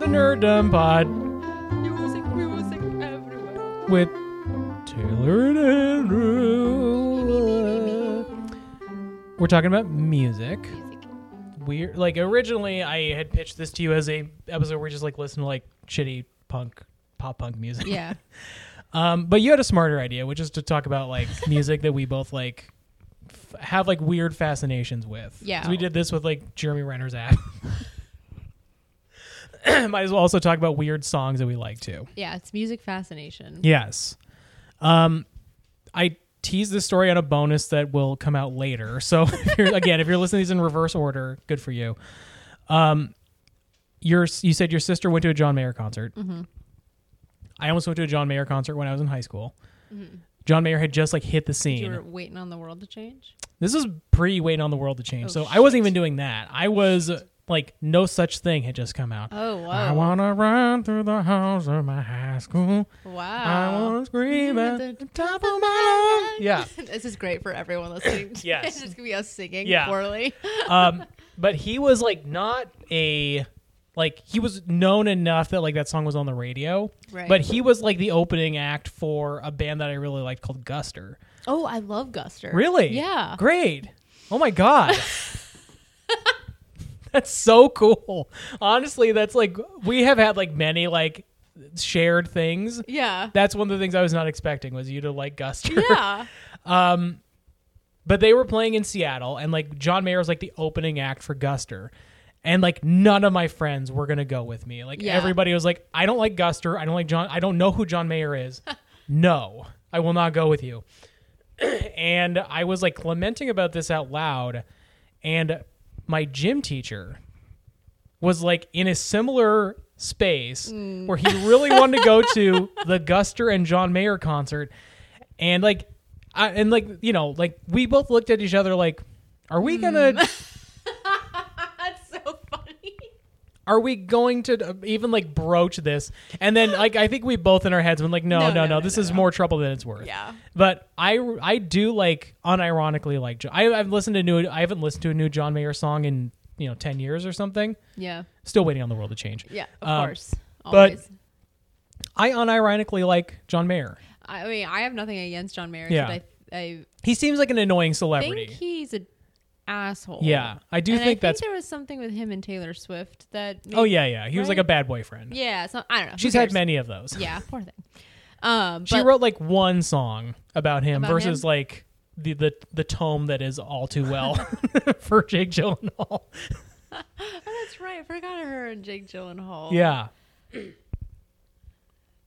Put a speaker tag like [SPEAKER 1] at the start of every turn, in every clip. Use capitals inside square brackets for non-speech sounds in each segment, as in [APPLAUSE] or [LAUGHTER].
[SPEAKER 1] Nerdum Pod
[SPEAKER 2] Music, music everywhere.
[SPEAKER 1] with Taylor and Andrew. We're talking about music.
[SPEAKER 2] Music.
[SPEAKER 1] We're like originally I had pitched this to you as a episode where we just like listen to like shitty punk pop punk music.
[SPEAKER 2] [LAUGHS] Yeah.
[SPEAKER 1] Um, but you had a smarter idea, which is to talk about like music that we both like f- have like weird fascinations with.
[SPEAKER 2] Yeah.
[SPEAKER 1] 'Cause we did this with like Jeremy Renner's app. [LAUGHS] Might as well also talk about weird songs that we like too.
[SPEAKER 2] Yeah, it's music fascination.
[SPEAKER 1] Yes. Um, I teased this story on a bonus that will come out later. [LAUGHS] So if you're, again, if you're listening to these in reverse order, good for you. Um, your you said your sister went to a John Mayer concert.
[SPEAKER 2] Mm-hmm.
[SPEAKER 1] I almost went to a John Mayer concert when I was in high school. John Mayer had just like hit the
[SPEAKER 2] Mm-hmm. You
[SPEAKER 1] scene.
[SPEAKER 2] were waiting on the world to change?
[SPEAKER 1] This was pre Waiting on the World to Change,
[SPEAKER 2] Oh,
[SPEAKER 1] so I wasn't even doing that. I was like, no such thing had just come out.
[SPEAKER 2] Oh, wow.
[SPEAKER 1] I wanna run through the halls of my high school. I
[SPEAKER 2] wow.
[SPEAKER 1] wanna scream at
[SPEAKER 2] At
[SPEAKER 1] the
[SPEAKER 2] [LAUGHS]
[SPEAKER 1] top of my lungs. Yeah.
[SPEAKER 2] this is great for everyone [LAUGHS] listening. to
[SPEAKER 1] Yes.
[SPEAKER 2] this. it's going to be us singing
[SPEAKER 1] Yeah.
[SPEAKER 2] poorly.
[SPEAKER 1] Um, but he was like not a like he was known enough that like that song was on the radio.
[SPEAKER 2] [LAUGHS] Right.
[SPEAKER 1] But he was like the opening act for a band that I really liked called Guster.
[SPEAKER 2] Oh, I love Guster.
[SPEAKER 1] Really?
[SPEAKER 2] Yeah.
[SPEAKER 1] Great. Oh my
[SPEAKER 2] [LAUGHS]
[SPEAKER 1] god. that's so cool. Honestly, that's like we have had like many like shared things.
[SPEAKER 2] Yeah.
[SPEAKER 1] That's one of the things I was not expecting was you to like Guster.
[SPEAKER 2] [LAUGHS] yeah.
[SPEAKER 1] But they were playing in Seattle, and like John Mayer was like the opening act for Guster. And like none of my friends were gonna go with me. Like
[SPEAKER 2] Yeah.
[SPEAKER 1] everybody was like, I don't like Guster. I don't like John. I don't know who John Mayer is. no, I will not go with you. [CLEARS THROAT] and I was like lamenting about this out loud. And my gym teacher was like in a similar space where he really wanted to go to the Guster and John Mayer concert. And like, I, and like, you know, like we both looked at each other like, are we gonna,
[SPEAKER 2] [LAUGHS] Mm. [LAUGHS] That's so funny.
[SPEAKER 1] are we going to uh, even like broach this? And then like, I think we both in our heads went like, no, no,
[SPEAKER 2] No,
[SPEAKER 1] no,
[SPEAKER 2] no, no,
[SPEAKER 1] this
[SPEAKER 2] no,
[SPEAKER 1] is
[SPEAKER 2] no.
[SPEAKER 1] more trouble than it's worth.
[SPEAKER 2] Yeah.
[SPEAKER 1] But I, I do like unironically like Jo- I, I've listened to new I haven't listened to a new John Mayer song in you know ten years or something.
[SPEAKER 2] Yeah.
[SPEAKER 1] Still waiting on the world to change.
[SPEAKER 2] Yeah, of
[SPEAKER 1] Um,
[SPEAKER 2] course.
[SPEAKER 1] but-
[SPEAKER 2] Always.
[SPEAKER 1] I unironically like John Mayer.
[SPEAKER 2] I mean, I have nothing against John Mayer.
[SPEAKER 1] Yeah.
[SPEAKER 2] But I, I
[SPEAKER 1] He seems like an annoying
[SPEAKER 2] think
[SPEAKER 1] celebrity.
[SPEAKER 2] he's an asshole.
[SPEAKER 1] yeah, I do think,
[SPEAKER 2] and I think
[SPEAKER 1] that's.
[SPEAKER 2] there was something with him and Taylor Swift that.
[SPEAKER 1] oh yeah, yeah. He was like
[SPEAKER 2] right?
[SPEAKER 1] a bad boyfriend.
[SPEAKER 2] Yeah, so, I don't know. Who
[SPEAKER 1] She's had
[SPEAKER 2] cares?
[SPEAKER 1] many of those.
[SPEAKER 2] Yeah, poor thing. Um,
[SPEAKER 1] she
[SPEAKER 2] but-
[SPEAKER 1] wrote like one song about him
[SPEAKER 2] About
[SPEAKER 1] versus
[SPEAKER 2] him?
[SPEAKER 1] like the, the the tome that is all too well
[SPEAKER 2] [LAUGHS]
[SPEAKER 1] [LAUGHS] for Jake Gyllenhaal.
[SPEAKER 2] Oh, that's right. I forgot her and Jake Gyllenhaal.
[SPEAKER 1] Yeah.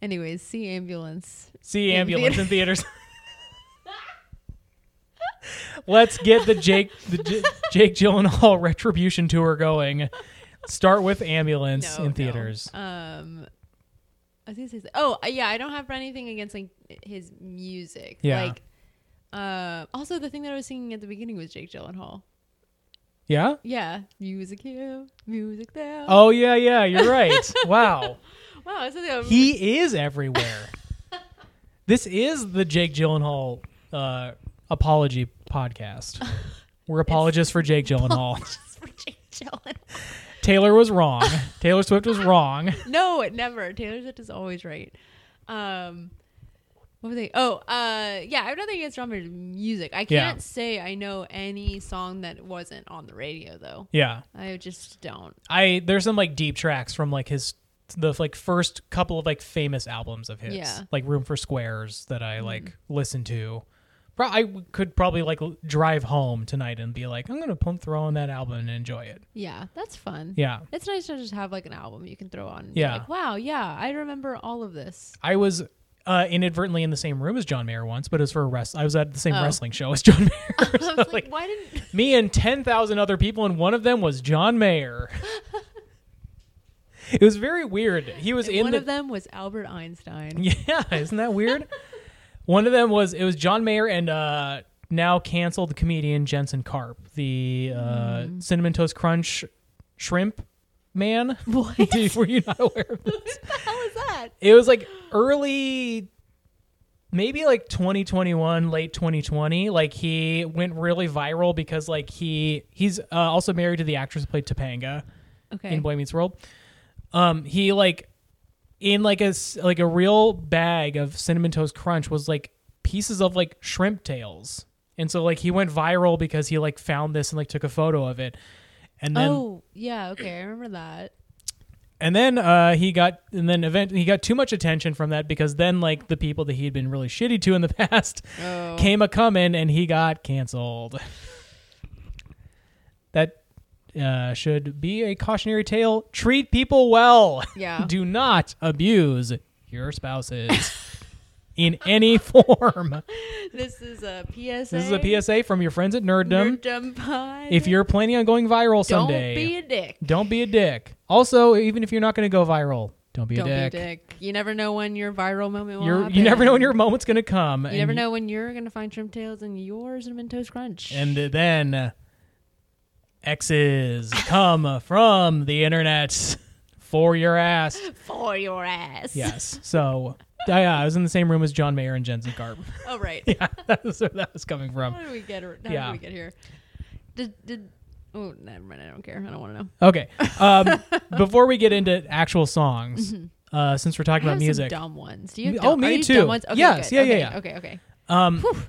[SPEAKER 2] Anyways, see ambulance.
[SPEAKER 1] See
[SPEAKER 2] In
[SPEAKER 1] ambulance in theaters. Let's get the Jake the J- Jake Gyllenhaal retribution tour going. Start with ambulance
[SPEAKER 2] No,
[SPEAKER 1] in
[SPEAKER 2] no.
[SPEAKER 1] theaters.
[SPEAKER 2] Um, I was gonna say. Oh, uh, yeah. I don't have anything against like his music.
[SPEAKER 1] Yeah.
[SPEAKER 2] Like, uh, also the thing that I was singing at the beginning was Jake Gyllenhaal.
[SPEAKER 1] Yeah.
[SPEAKER 2] Yeah, music here, music there.
[SPEAKER 1] Oh yeah, yeah. You're right. wow.
[SPEAKER 2] wow, that's something I'm-
[SPEAKER 1] He is everywhere. this is the Jake Gyllenhaal uh, apology podcast. We're apologists for Jake
[SPEAKER 2] [LAUGHS]
[SPEAKER 1] Gyllenhaal.
[SPEAKER 2] oh,
[SPEAKER 1] [LAUGHS]
[SPEAKER 2] for Jake Gyllenhaal.
[SPEAKER 1] Taylor was wrong. Taylor Swift was wrong.
[SPEAKER 2] no, it never. Taylor Swift is always right. Um, what was I? Oh, uh, yeah. I have nothing against John Mayer's music. I
[SPEAKER 1] Yeah.
[SPEAKER 2] can't say I know any song that wasn't on the radio though.
[SPEAKER 1] Yeah,
[SPEAKER 2] I just don't.
[SPEAKER 1] I there's some like deep tracks from like his the like first couple of like famous albums of his,
[SPEAKER 2] Yeah.
[SPEAKER 1] like Room for Squares that I like listen to. Pro- I w- could probably like l- drive home tonight and be like, I'm gonna pump throw on that album and enjoy it.
[SPEAKER 2] Yeah, that's fun.
[SPEAKER 1] Yeah.
[SPEAKER 2] It's nice to just have like an album you can throw on. and be
[SPEAKER 1] Yeah.
[SPEAKER 2] Like, wow. Yeah, I remember all
[SPEAKER 1] [LAUGHS]
[SPEAKER 2] of this.
[SPEAKER 1] I was uh, inadvertently in the same room as John Mayer once, but it was for a rest. I was at the same
[SPEAKER 2] Oh.
[SPEAKER 1] wrestling show as John
[SPEAKER 2] [LAUGHS]
[SPEAKER 1] Mayer. [LAUGHS]
[SPEAKER 2] I was
[SPEAKER 1] So,
[SPEAKER 2] like,
[SPEAKER 1] like,
[SPEAKER 2] why didn't?
[SPEAKER 1] me and ten thousand other people, and one of them was John Mayer. [LAUGHS] it was very weird. He was in
[SPEAKER 2] [LAUGHS] One
[SPEAKER 1] the
[SPEAKER 2] of them was Albert
[SPEAKER 1] [LAUGHS]
[SPEAKER 2] Einstein.
[SPEAKER 1] yeah. Isn't that weird? one of them was it was John Mayer and uh, now canceled comedian Jensen Karp, the uh,
[SPEAKER 2] Hmm.
[SPEAKER 1] cinnamon toast crunch shrimp
[SPEAKER 2] [LAUGHS]
[SPEAKER 1] man. [LAUGHS]
[SPEAKER 2] What?
[SPEAKER 1] Dude, Were you not aware of this?
[SPEAKER 2] How was that?
[SPEAKER 1] It was like early, maybe like 2021, late 2020. Like he went really viral because like he he's uh, also married to the actress who played Topanga
[SPEAKER 2] Okay.
[SPEAKER 1] in Boy Meets World. Um, he like in like a s- like a real bag of cinnamon toast crunch was like pieces of like shrimp tails, and so like he went viral because he like found this and like took a photo of it, and then
[SPEAKER 2] oh yeah, okay, I remember that.
[SPEAKER 1] and then uh, he got and then event he got too much attention from that because then like the people that he had been really shitty to in the [LAUGHS] past
[SPEAKER 2] Oh.
[SPEAKER 1] came a coming and he got canceled. that uh, should be a cautionary tale. Treat people well.
[SPEAKER 2] Yeah.
[SPEAKER 1] [LAUGHS] Do not abuse your spouses [LAUGHS] in any form.
[SPEAKER 2] this is a PSA.
[SPEAKER 1] This is a PSA from your friends at Nerddom.
[SPEAKER 2] Nerddom pod.
[SPEAKER 1] If you're planning on going viral
[SPEAKER 2] don't
[SPEAKER 1] someday,
[SPEAKER 2] be a dick.
[SPEAKER 1] don't be a dick. Also, even if you're not going to go viral, don't be
[SPEAKER 2] Don't
[SPEAKER 1] a dick.
[SPEAKER 2] be a dick. You never know when your viral moment will
[SPEAKER 1] You're,
[SPEAKER 2] happen.
[SPEAKER 1] you never know when your moment's going to come.
[SPEAKER 2] You never know when you're gonna find shrimp tails in yours cinnamon toast crunch.
[SPEAKER 1] And then uh, X's come from the internet for your ass.
[SPEAKER 2] for your ass. [LAUGHS]
[SPEAKER 1] Yes. So yeah, I was in the same room as John Mayer and Jensen Garb.
[SPEAKER 2] Oh right.
[SPEAKER 1] [LAUGHS] Yeah, that was where that was coming from.
[SPEAKER 2] How did we get? How
[SPEAKER 1] Yeah.
[SPEAKER 2] did we get here? Did did? Oh, never mind. I don't care. I don't want to know.
[SPEAKER 1] Okay.
[SPEAKER 2] [LAUGHS]
[SPEAKER 1] Um, before we get into actual songs, uh, since we're talking
[SPEAKER 2] Mm-hmm.
[SPEAKER 1] about
[SPEAKER 2] I have
[SPEAKER 1] music,
[SPEAKER 2] some dumb ones. Do you?
[SPEAKER 1] Me-
[SPEAKER 2] Have
[SPEAKER 1] oh,
[SPEAKER 2] dumb,
[SPEAKER 1] me
[SPEAKER 2] are these
[SPEAKER 1] too.
[SPEAKER 2] Dumb ones? Okay,
[SPEAKER 1] Yes,
[SPEAKER 2] good.
[SPEAKER 1] yeah, yeah,
[SPEAKER 2] okay,
[SPEAKER 1] yeah.
[SPEAKER 2] Okay. Okay.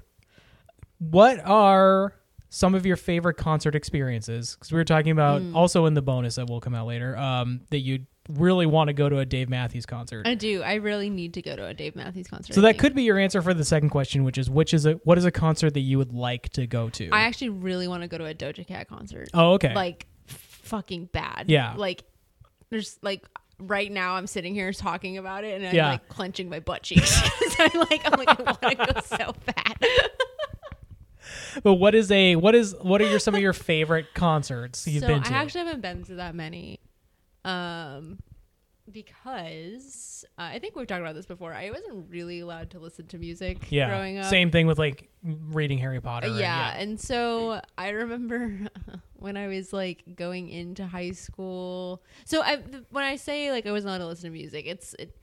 [SPEAKER 1] what are some of your favorite concert experiences? Because we were talking about
[SPEAKER 2] Mm.
[SPEAKER 1] also in the bonus that will come out later um, that you really want to go to a Dave Matthews concert.
[SPEAKER 2] I do. I really need to go to a Dave Matthews concert.
[SPEAKER 1] So
[SPEAKER 2] I
[SPEAKER 1] that
[SPEAKER 2] think.
[SPEAKER 1] could be your answer for the second question, which is which is a what is a concert that you would like to go to?
[SPEAKER 2] I actually really want to go to a Doja Cat concert.
[SPEAKER 1] oh, okay.
[SPEAKER 2] Like, fucking bad.
[SPEAKER 1] Yeah.
[SPEAKER 2] Like, there's like. Right now, I'm sitting here talking about it, and I'm
[SPEAKER 1] Yeah.
[SPEAKER 2] like clenching my butt cheeks. [LAUGHS] 'Cause I'm like, I'm like, I want to go so
[SPEAKER 1] [LAUGHS]
[SPEAKER 2] bad.
[SPEAKER 1] but what is a what is what are your some of your favorite [LAUGHS] concerts you've
[SPEAKER 2] so
[SPEAKER 1] been to?
[SPEAKER 2] I actually haven't been to that many, um, because uh, I think we've talked about this before. I wasn't really allowed to listen to music
[SPEAKER 1] yeah.
[SPEAKER 2] growing up.
[SPEAKER 1] Same thing with like reading Harry Potter. and-
[SPEAKER 2] yeah, and so I remember [LAUGHS] when I was like going into high school. So I, th- when I say like I wasn't allowed to listen to music, it's it's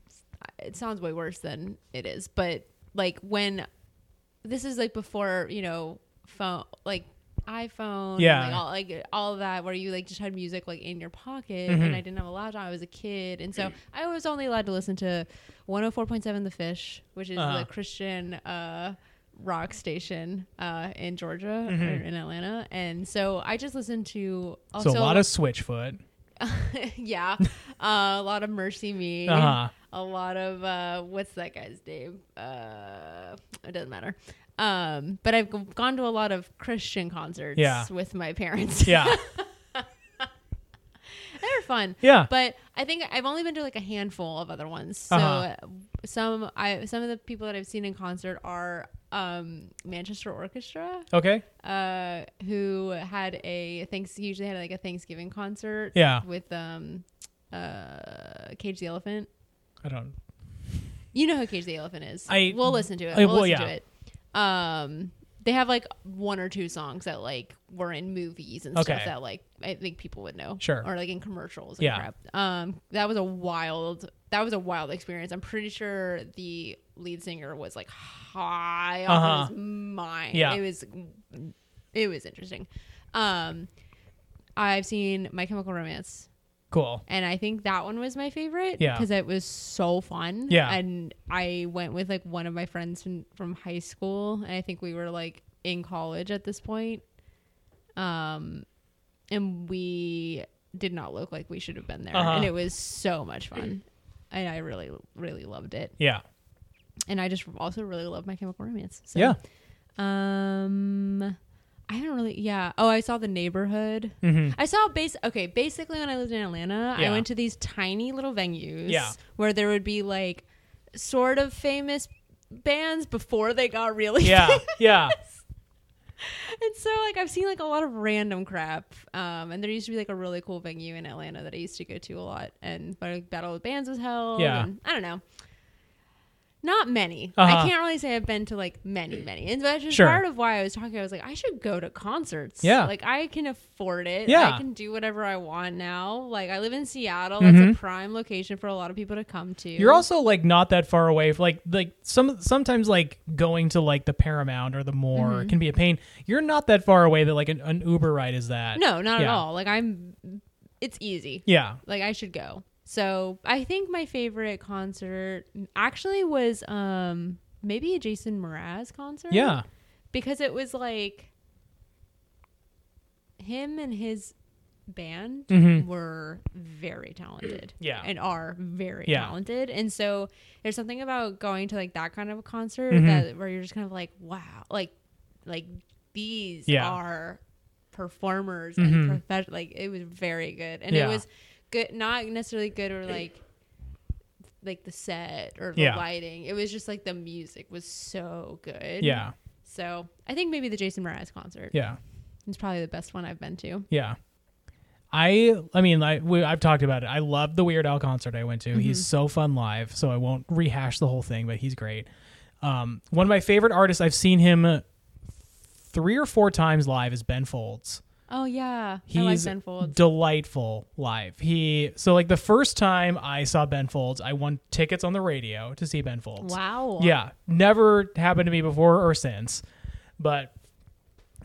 [SPEAKER 2] it sounds way worse than it is. But like when this is like before you know phone like iPhone, and,
[SPEAKER 1] Yeah.
[SPEAKER 2] like all like all of that where you like just had music like in your pocket,
[SPEAKER 1] Mm-hmm.
[SPEAKER 2] and I didn't have a laptop. I was a kid, and so I was only allowed to listen to 104.7 The Fish, which is
[SPEAKER 1] Uh-huh.
[SPEAKER 2] the Christian uh, rock station uh, in Georgia or in Atlanta, and so I just listened to also
[SPEAKER 1] Mm-hmm. So a lot of Switchfoot.
[SPEAKER 2] [LAUGHS] yeah, uh, a lot of Mercy Me,
[SPEAKER 1] Uh-huh.
[SPEAKER 2] a lot of uh, what's that guy's name? Uh, it doesn't matter. Um, but I've g- gone to a lot of Christian concerts
[SPEAKER 1] Yeah.
[SPEAKER 2] with my parents.
[SPEAKER 1] Yeah.
[SPEAKER 2] [LAUGHS] They're fun.
[SPEAKER 1] Yeah.
[SPEAKER 2] [LAUGHS] But I think I've only been to like a handful of other ones. So
[SPEAKER 1] Uh-huh.
[SPEAKER 2] uh, some I some of the people that I've seen in concert are um, Manchester Orchestra,
[SPEAKER 1] okay.
[SPEAKER 2] uh, who had a thanks usually had like a Thanksgiving concert.
[SPEAKER 1] Yeah.
[SPEAKER 2] With um, uh, Cage the Elephant.
[SPEAKER 1] I don't
[SPEAKER 2] You know who Cage the Elephant is.
[SPEAKER 1] I-
[SPEAKER 2] we'll listen to it.
[SPEAKER 1] I-
[SPEAKER 2] We'll
[SPEAKER 1] well,
[SPEAKER 2] listen
[SPEAKER 1] yeah.
[SPEAKER 2] to it. Um, they have like one or two songs that like were in movies and
[SPEAKER 1] Okay.
[SPEAKER 2] stuff that like I think people would know.
[SPEAKER 1] Sure.
[SPEAKER 2] Or like in commercials. And
[SPEAKER 1] Yeah.
[SPEAKER 2] Crap. Um, that was a wild. That was a wild experience. I'm pretty sure the lead singer was like high
[SPEAKER 1] Uh-huh.
[SPEAKER 2] on his mind.
[SPEAKER 1] Yeah.
[SPEAKER 2] It was. It was interesting. Um, I've seen My Chemical Romance
[SPEAKER 1] cool.
[SPEAKER 2] and I think that one was my favorite
[SPEAKER 1] Yeah.
[SPEAKER 2] because it was so fun.
[SPEAKER 1] Yeah.
[SPEAKER 2] and I went with like one of my friends from, from high school, and I think we were like in college at this point. Um, and we did not look like we should have been there,
[SPEAKER 1] Uh-huh.
[SPEAKER 2] and it was so much fun, and I really, really loved it.
[SPEAKER 1] Yeah.
[SPEAKER 2] And I just also really love My Chemical Romance. So,
[SPEAKER 1] Yeah.
[SPEAKER 2] Um, I don't really. Yeah. Oh, I saw the neighborhood.
[SPEAKER 1] Mhm.
[SPEAKER 2] I saw base. Okay, basically when I lived in Atlanta,
[SPEAKER 1] Yeah.
[SPEAKER 2] I went to these tiny little venues.
[SPEAKER 1] Yeah.
[SPEAKER 2] Where there would be like sort of famous bands before they got really
[SPEAKER 1] Yeah.
[SPEAKER 2] [LAUGHS]
[SPEAKER 1] Yeah.
[SPEAKER 2] and so like I've seen like a lot of random crap. Um, and there used to be like a really cool venue in Atlanta that I used to go to a lot, and like Battle of the Bands was held.
[SPEAKER 1] Yeah.
[SPEAKER 2] and I don't know. Not many.
[SPEAKER 1] Uh-huh.
[SPEAKER 2] I can't really say I've been to like many, many. And that's just
[SPEAKER 1] Sure.
[SPEAKER 2] part of why I was talking. I was like, I should go to concerts.
[SPEAKER 1] Yeah.
[SPEAKER 2] Like I can afford it.
[SPEAKER 1] Yeah.
[SPEAKER 2] I can do whatever I want now. Like I live in Seattle. That's a prime location for a lot of people to come to.
[SPEAKER 1] Mm-hmm. You're also like not that far away. from, Like like some sometimes like going to like the Paramount or the More
[SPEAKER 2] Mm-hmm.
[SPEAKER 1] can be a pain. You're not that far away that like an, an Uber ride is that.
[SPEAKER 2] No, not at
[SPEAKER 1] Yeah.
[SPEAKER 2] all. Like I'm it's easy.
[SPEAKER 1] Yeah.
[SPEAKER 2] Like I should go. So I think my favorite concert actually was um maybe a Jason Mraz concert.
[SPEAKER 1] Yeah.
[SPEAKER 2] Because it was like him and his band
[SPEAKER 1] Mhm.
[SPEAKER 2] were very talented.
[SPEAKER 1] [CLEARS THROAT] Yeah.
[SPEAKER 2] And are very
[SPEAKER 1] Yeah.
[SPEAKER 2] talented. And so there's something about going to like that kind of a concert
[SPEAKER 1] Mhm.
[SPEAKER 2] that where you're just kind of like, wow, like like these
[SPEAKER 1] Yeah.
[SPEAKER 2] are performers
[SPEAKER 1] Mhm.
[SPEAKER 2] and professional like it was very good. And
[SPEAKER 1] Yeah.
[SPEAKER 2] it was good not necessarily good or like like the set or the
[SPEAKER 1] Yeah.
[SPEAKER 2] lighting. It was just like the music was so good.
[SPEAKER 1] Yeah.
[SPEAKER 2] So I think maybe the Jason Mraz concert
[SPEAKER 1] Yeah.
[SPEAKER 2] is probably the best one I've been to.
[SPEAKER 1] Yeah. I I mean I we, I've talked about it. I love the Weird Al concert I went to.
[SPEAKER 2] Mm-hmm.
[SPEAKER 1] He's so fun live, so I won't rehash the whole thing, but he's great. Um, one of my favorite artists I've seen him three or four times live is Ben Folds.
[SPEAKER 2] Oh yeah. I like
[SPEAKER 1] He's
[SPEAKER 2] Ben Folds.
[SPEAKER 1] delightful live. He so like the first time I saw Ben Folds, I won tickets on the radio to see Ben Folds.
[SPEAKER 2] Wow.
[SPEAKER 1] Yeah, never happened to me before or since, but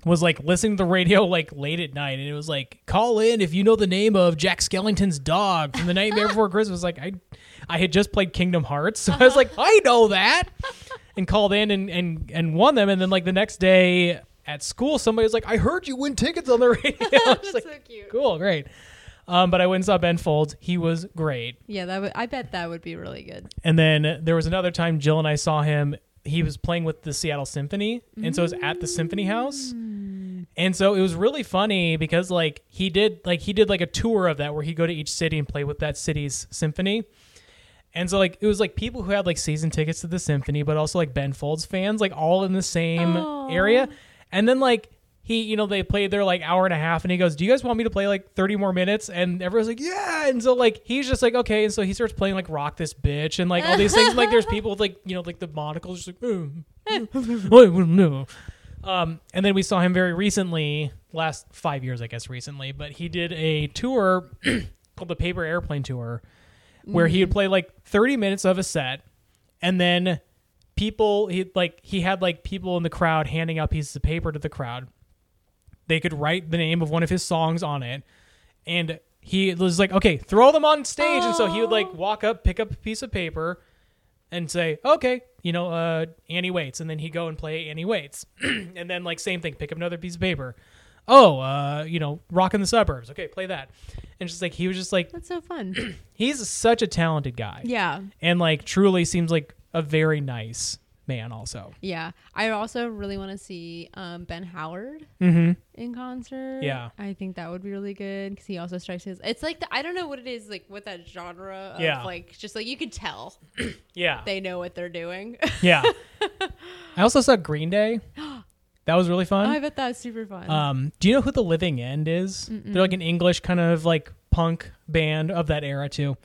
[SPEAKER 1] was like listening to the radio like late at night, and it was like call in if you know the name of Jack Skellington's dog from the Nightmare Before Christmas. Like I, I had just played Kingdom Hearts, [LAUGHS] so I was like I know that, and called in and and and won them, and then like the next day at school, somebody was like I heard you win tickets on the [LAUGHS] radio. I was
[SPEAKER 2] That's
[SPEAKER 1] like,
[SPEAKER 2] so cute.
[SPEAKER 1] cool, great. Um, but I went and saw Ben Folds. He was great.
[SPEAKER 2] Yeah, that would I bet that would be really good.
[SPEAKER 1] And then there was another time Jill and I saw him. He was playing with the Seattle Symphony, and so it was at the Symphony House. And so it was really funny because like he did like he did like a tour of that where he'd go to each city and play with that city's symphony. And so like it was like people who had like season tickets to the symphony, but also like Ben Folds fans, like all in the same
[SPEAKER 2] Aw.
[SPEAKER 1] area. And then like he, you know, they played their like hour and a half, and he goes, "Do you guys want me to play like thirty more minutes?" And everyone's like, "Yeah!" And so like he's just like, "Okay." And so he starts playing like "Rock This Bitch" and like all these things. like there's people with like you know like the monocles, just like, "Mm, mm, [LAUGHS] "I wouldn't know." Um, and then we saw him very recently, last five years, I guess, recently. But he did a tour [CLEARS THROAT] called the Paper Airplane Tour, where he would play like 30 minutes of a set, and then people he like he had like people in the crowd handing out pieces of paper to the crowd. They could write the name of one of his songs on it, and he was like, "Okay, throw them on stage." And so he would like walk up, pick up a piece of paper, and say, okay, you know, uh, Annie waits. And then he'd go and play Annie waits. [CLEARS THROAT] and then, like, same thing, pick up another piece of paper. Oh, uh, you know, Rock in the Suburbs. Okay, play that. And just like, he was just like,
[SPEAKER 2] That's
[SPEAKER 1] [CLEARS THROAT]
[SPEAKER 2] so fun.
[SPEAKER 1] he's such a talented guy.
[SPEAKER 2] yeah.
[SPEAKER 1] And like, truly seems like a very nice man, also.
[SPEAKER 2] Yeah. I also really want to see um, Ben Howard
[SPEAKER 1] Mm
[SPEAKER 2] in concert.
[SPEAKER 1] Yeah.
[SPEAKER 2] I think that would be really good because he also strikes his. It's like, the, I don't know what it is, like, what that genre of,
[SPEAKER 1] Yeah.
[SPEAKER 2] like, just like you could tell
[SPEAKER 1] Yeah.
[SPEAKER 2] they know what they're doing.
[SPEAKER 1] yeah. I also saw Green
[SPEAKER 2] [GASPS]
[SPEAKER 1] Day. That was really fun.
[SPEAKER 2] [LAUGHS] I bet that was super fun.
[SPEAKER 1] Um, do you know who The Living End is? They're like an English kind of like punk band of that era too.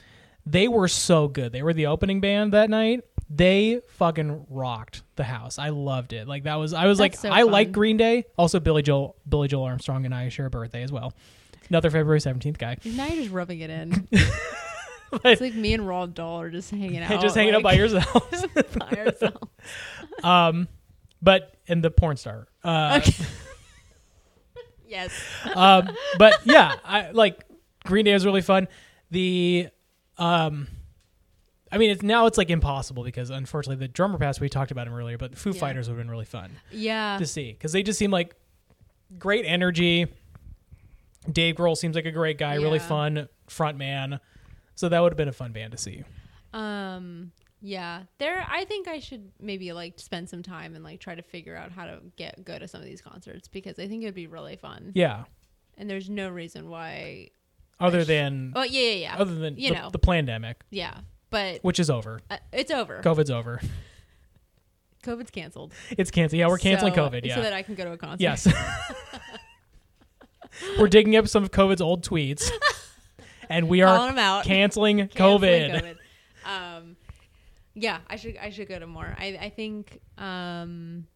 [SPEAKER 1] They were so good. They were the opening band that night. They fucking rocked the house. I loved it. Like that was I was
[SPEAKER 2] That's
[SPEAKER 1] like
[SPEAKER 2] so
[SPEAKER 1] I like
[SPEAKER 2] fun.
[SPEAKER 1] Green Day. Also Billy Joel Billy Joel Armstrong and I share a birthday as well. Another February 17th guy.
[SPEAKER 2] now you're just rubbing it in.
[SPEAKER 1] [LAUGHS]
[SPEAKER 2] it's like me and Roald Dahl are just hanging out.
[SPEAKER 1] Just hanging out by
[SPEAKER 2] like, [LAUGHS]
[SPEAKER 1] yourselves. [LAUGHS]
[SPEAKER 2] by ourselves.
[SPEAKER 1] um but and the porn star. Uh
[SPEAKER 2] Okay. [LAUGHS] yes.
[SPEAKER 1] um, but yeah, I like Green Day was really fun. The, um, I mean, it's now it's like impossible because unfortunately the drummer passed. We talked about him earlier, but Foo
[SPEAKER 2] Yeah.
[SPEAKER 1] Fighters would have been really fun
[SPEAKER 2] Yeah.
[SPEAKER 1] to see because they just seem like great energy. Dave Grohl seems like a great guy, really
[SPEAKER 2] Yeah.
[SPEAKER 1] fun front man. So that would have been a fun band to see.
[SPEAKER 2] Um yeah. There I think I should maybe like spend some time and like try to figure out how to get go to some of these concerts because I think it would be really fun.
[SPEAKER 1] Yeah.
[SPEAKER 2] And there's no reason why
[SPEAKER 1] Other
[SPEAKER 2] Ish.
[SPEAKER 1] than
[SPEAKER 2] Oh yeah, yeah, yeah.
[SPEAKER 1] other than
[SPEAKER 2] you
[SPEAKER 1] the,
[SPEAKER 2] know.
[SPEAKER 1] the pandemic,
[SPEAKER 2] yeah. But
[SPEAKER 1] which is over.
[SPEAKER 2] uh, it's over.
[SPEAKER 1] COVID's over.
[SPEAKER 2] COVID's canceled.
[SPEAKER 1] It's canceled. Yeah, Oh, we're canceling
[SPEAKER 2] So-
[SPEAKER 1] COVID. Yeah.
[SPEAKER 2] So that I can go to a concert.
[SPEAKER 1] Yes. [LAUGHS] We're digging up some of COVID's old
[SPEAKER 2] [LAUGHS]
[SPEAKER 1] tweets, and we
[SPEAKER 2] Calling
[SPEAKER 1] are
[SPEAKER 2] them out.
[SPEAKER 1] canceling COVID.
[SPEAKER 2] Canceling COVID. Um yeah, I should I should go to more. I I think um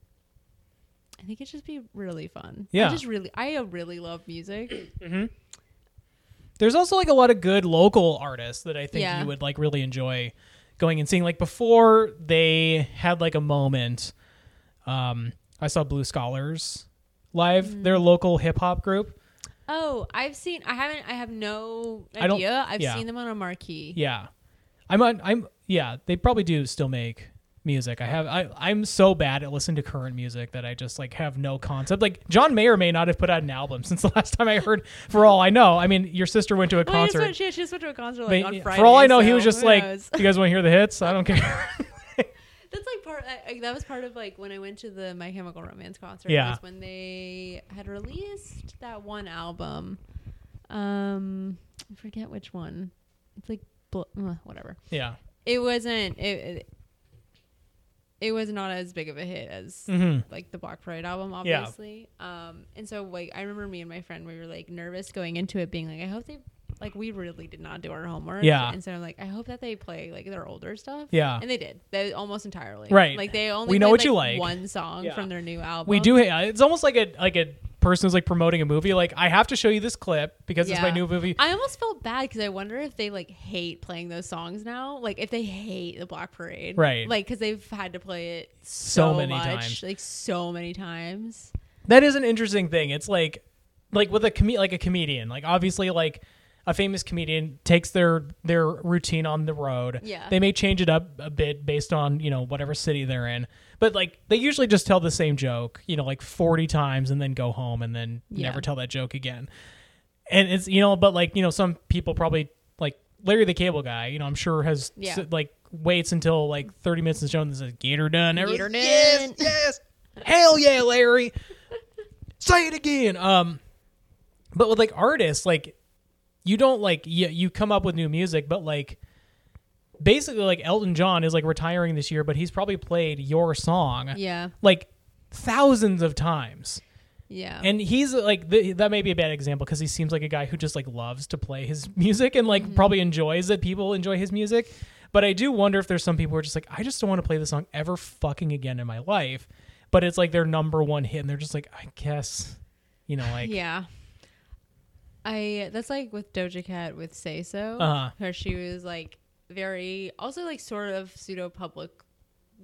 [SPEAKER 2] I think it'd just be really fun.
[SPEAKER 1] Yeah.
[SPEAKER 2] I just really I uh, really love music.
[SPEAKER 1] [CLEARS THROAT] There's also like a lot of good local artists that I think
[SPEAKER 2] Yeah.
[SPEAKER 1] you would like really enjoy going and seeing. Like before they had like a moment.
[SPEAKER 2] Mm.
[SPEAKER 1] Um, I saw Blue Scholars live, their local hip hop group.
[SPEAKER 2] Oh, I've seen. I haven't. I have no
[SPEAKER 1] I don't-
[SPEAKER 2] idea. I've
[SPEAKER 1] yeah.
[SPEAKER 2] seen them on a marquee.
[SPEAKER 1] Yeah, I'm on. I'm yeah. They probably do still make music. I have. I I'm so bad at listening to current music that I just like have no concept. Like John may or may not have put out an album [LAUGHS] since the last time I heard. For all I know, I mean, your sister went to a
[SPEAKER 2] Well, I just
[SPEAKER 1] concert.
[SPEAKER 2] went- she, she just went to a concert like,
[SPEAKER 1] But
[SPEAKER 2] on Friday.
[SPEAKER 1] for all I know, he
[SPEAKER 2] so
[SPEAKER 1] was just
[SPEAKER 2] who
[SPEAKER 1] like,
[SPEAKER 2] knows?
[SPEAKER 1] "You guys want to hear the hits?
[SPEAKER 2] [LAUGHS]
[SPEAKER 1] I don't care." [LAUGHS]
[SPEAKER 2] That's like part. I, I- that was part of like when I went to the My Chemical Romance concert.
[SPEAKER 1] Yeah.
[SPEAKER 2] was when they had released that one album. Um, I forget which one. It's like bl- uh, whatever.
[SPEAKER 1] yeah.
[SPEAKER 2] It wasn't. It, it it was not as big of a hit as
[SPEAKER 1] hmm
[SPEAKER 2] like the Black Parade album,
[SPEAKER 1] Yeah.
[SPEAKER 2] obviously. Um, and so like I remember me and my friend we were like nervous going into it, being like, I hope they like we really did not do our homework.
[SPEAKER 1] Yeah.
[SPEAKER 2] And so I'm like, I hope that they play like their older stuff.
[SPEAKER 1] Yeah.
[SPEAKER 2] And they did. They almost entirely.
[SPEAKER 1] Right.
[SPEAKER 2] Like they only
[SPEAKER 1] We know
[SPEAKER 2] played,
[SPEAKER 1] what you like.
[SPEAKER 2] one song
[SPEAKER 1] Yeah.
[SPEAKER 2] from their new album.
[SPEAKER 1] We do. ha- It's almost like a like a person who's like promoting a movie. Like I have to show you this clip because it's my
[SPEAKER 2] Yeah.
[SPEAKER 1] new movie.
[SPEAKER 2] I almost felt bad because I wonder if they like hate playing those songs now. Like if they hate the Black Parade,
[SPEAKER 1] Right.
[SPEAKER 2] Like because they've had to play it
[SPEAKER 1] So
[SPEAKER 2] so,
[SPEAKER 1] many
[SPEAKER 2] much,
[SPEAKER 1] times.
[SPEAKER 2] like so many times.
[SPEAKER 1] that is an interesting thing. It's like like with a com- like a comedian. Like obviously like a famous comedian takes their their routine on the road.
[SPEAKER 2] Yeah.
[SPEAKER 1] They may change it up a bit based on, you know, whatever city they're in. But like they usually just tell the same joke, you know, like 40 times and then go home and then
[SPEAKER 2] Yeah.
[SPEAKER 1] never tell that joke again. And it's you know, but like, you know, some people probably like Larry the Cable Guy, you know, I'm sure has
[SPEAKER 2] Yeah.
[SPEAKER 1] s- like waits until like 30 minutes is shown and says, "Get her done." Every-
[SPEAKER 2] Get her
[SPEAKER 1] yes,
[SPEAKER 2] done.
[SPEAKER 1] yes. Hell yeah, Larry. Say it again. Um, but with like artists, like you don't like you, you come up with new music, but like basically like Elton John is like retiring this year, but he's probably played your song
[SPEAKER 2] Yeah,
[SPEAKER 1] like thousands of times.
[SPEAKER 2] yeah.
[SPEAKER 1] And he's like th- that may be a bad example because he seems like a guy who just like loves to play his [LAUGHS] music and
[SPEAKER 2] Mm-hmm.
[SPEAKER 1] like probably enjoys that people enjoy his music. But I do wonder if there's some people who are just like I just don't want to play this song ever fucking again in my life. But it's like their number one hit, and they're just like, I guess, you know, like
[SPEAKER 2] yeah i that's like with doja cat with say so
[SPEAKER 1] Uh-huh.
[SPEAKER 2] where she was like very also like sort of pseudo public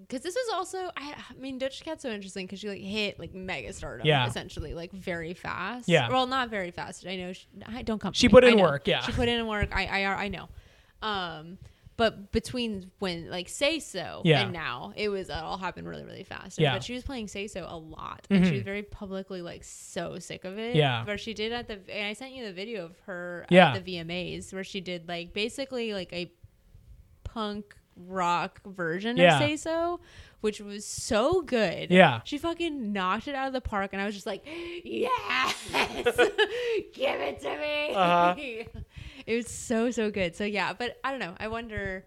[SPEAKER 2] because this was also I, I mean doja cat's so interesting because she like hit like mega stardom
[SPEAKER 1] Yeah.
[SPEAKER 2] essentially like very fast
[SPEAKER 1] Yeah.
[SPEAKER 2] well not very fast i know she, i don't come
[SPEAKER 1] She put in
[SPEAKER 2] I know.
[SPEAKER 1] work, yeah.
[SPEAKER 2] she put in work i i, I know um but between when like say so
[SPEAKER 1] Yeah.
[SPEAKER 2] and now it was it all happened really really fast
[SPEAKER 1] Yeah. Mm-hmm.
[SPEAKER 2] but she was playing say so a lot and she was very publicly like so sick of it
[SPEAKER 1] Yeah.
[SPEAKER 2] where she did at the and i sent you the video of her
[SPEAKER 1] Yeah.
[SPEAKER 2] at the vmas where she did like basically like a punk rock version
[SPEAKER 1] Yeah.
[SPEAKER 2] of say so which was so good
[SPEAKER 1] Yeah.
[SPEAKER 2] she fucking knocked it out of the park and i was just like [GASPS] yes [LAUGHS] give it to me
[SPEAKER 1] Uh-huh.
[SPEAKER 2] [LAUGHS] it was so so good so yeah but i don't know i wonder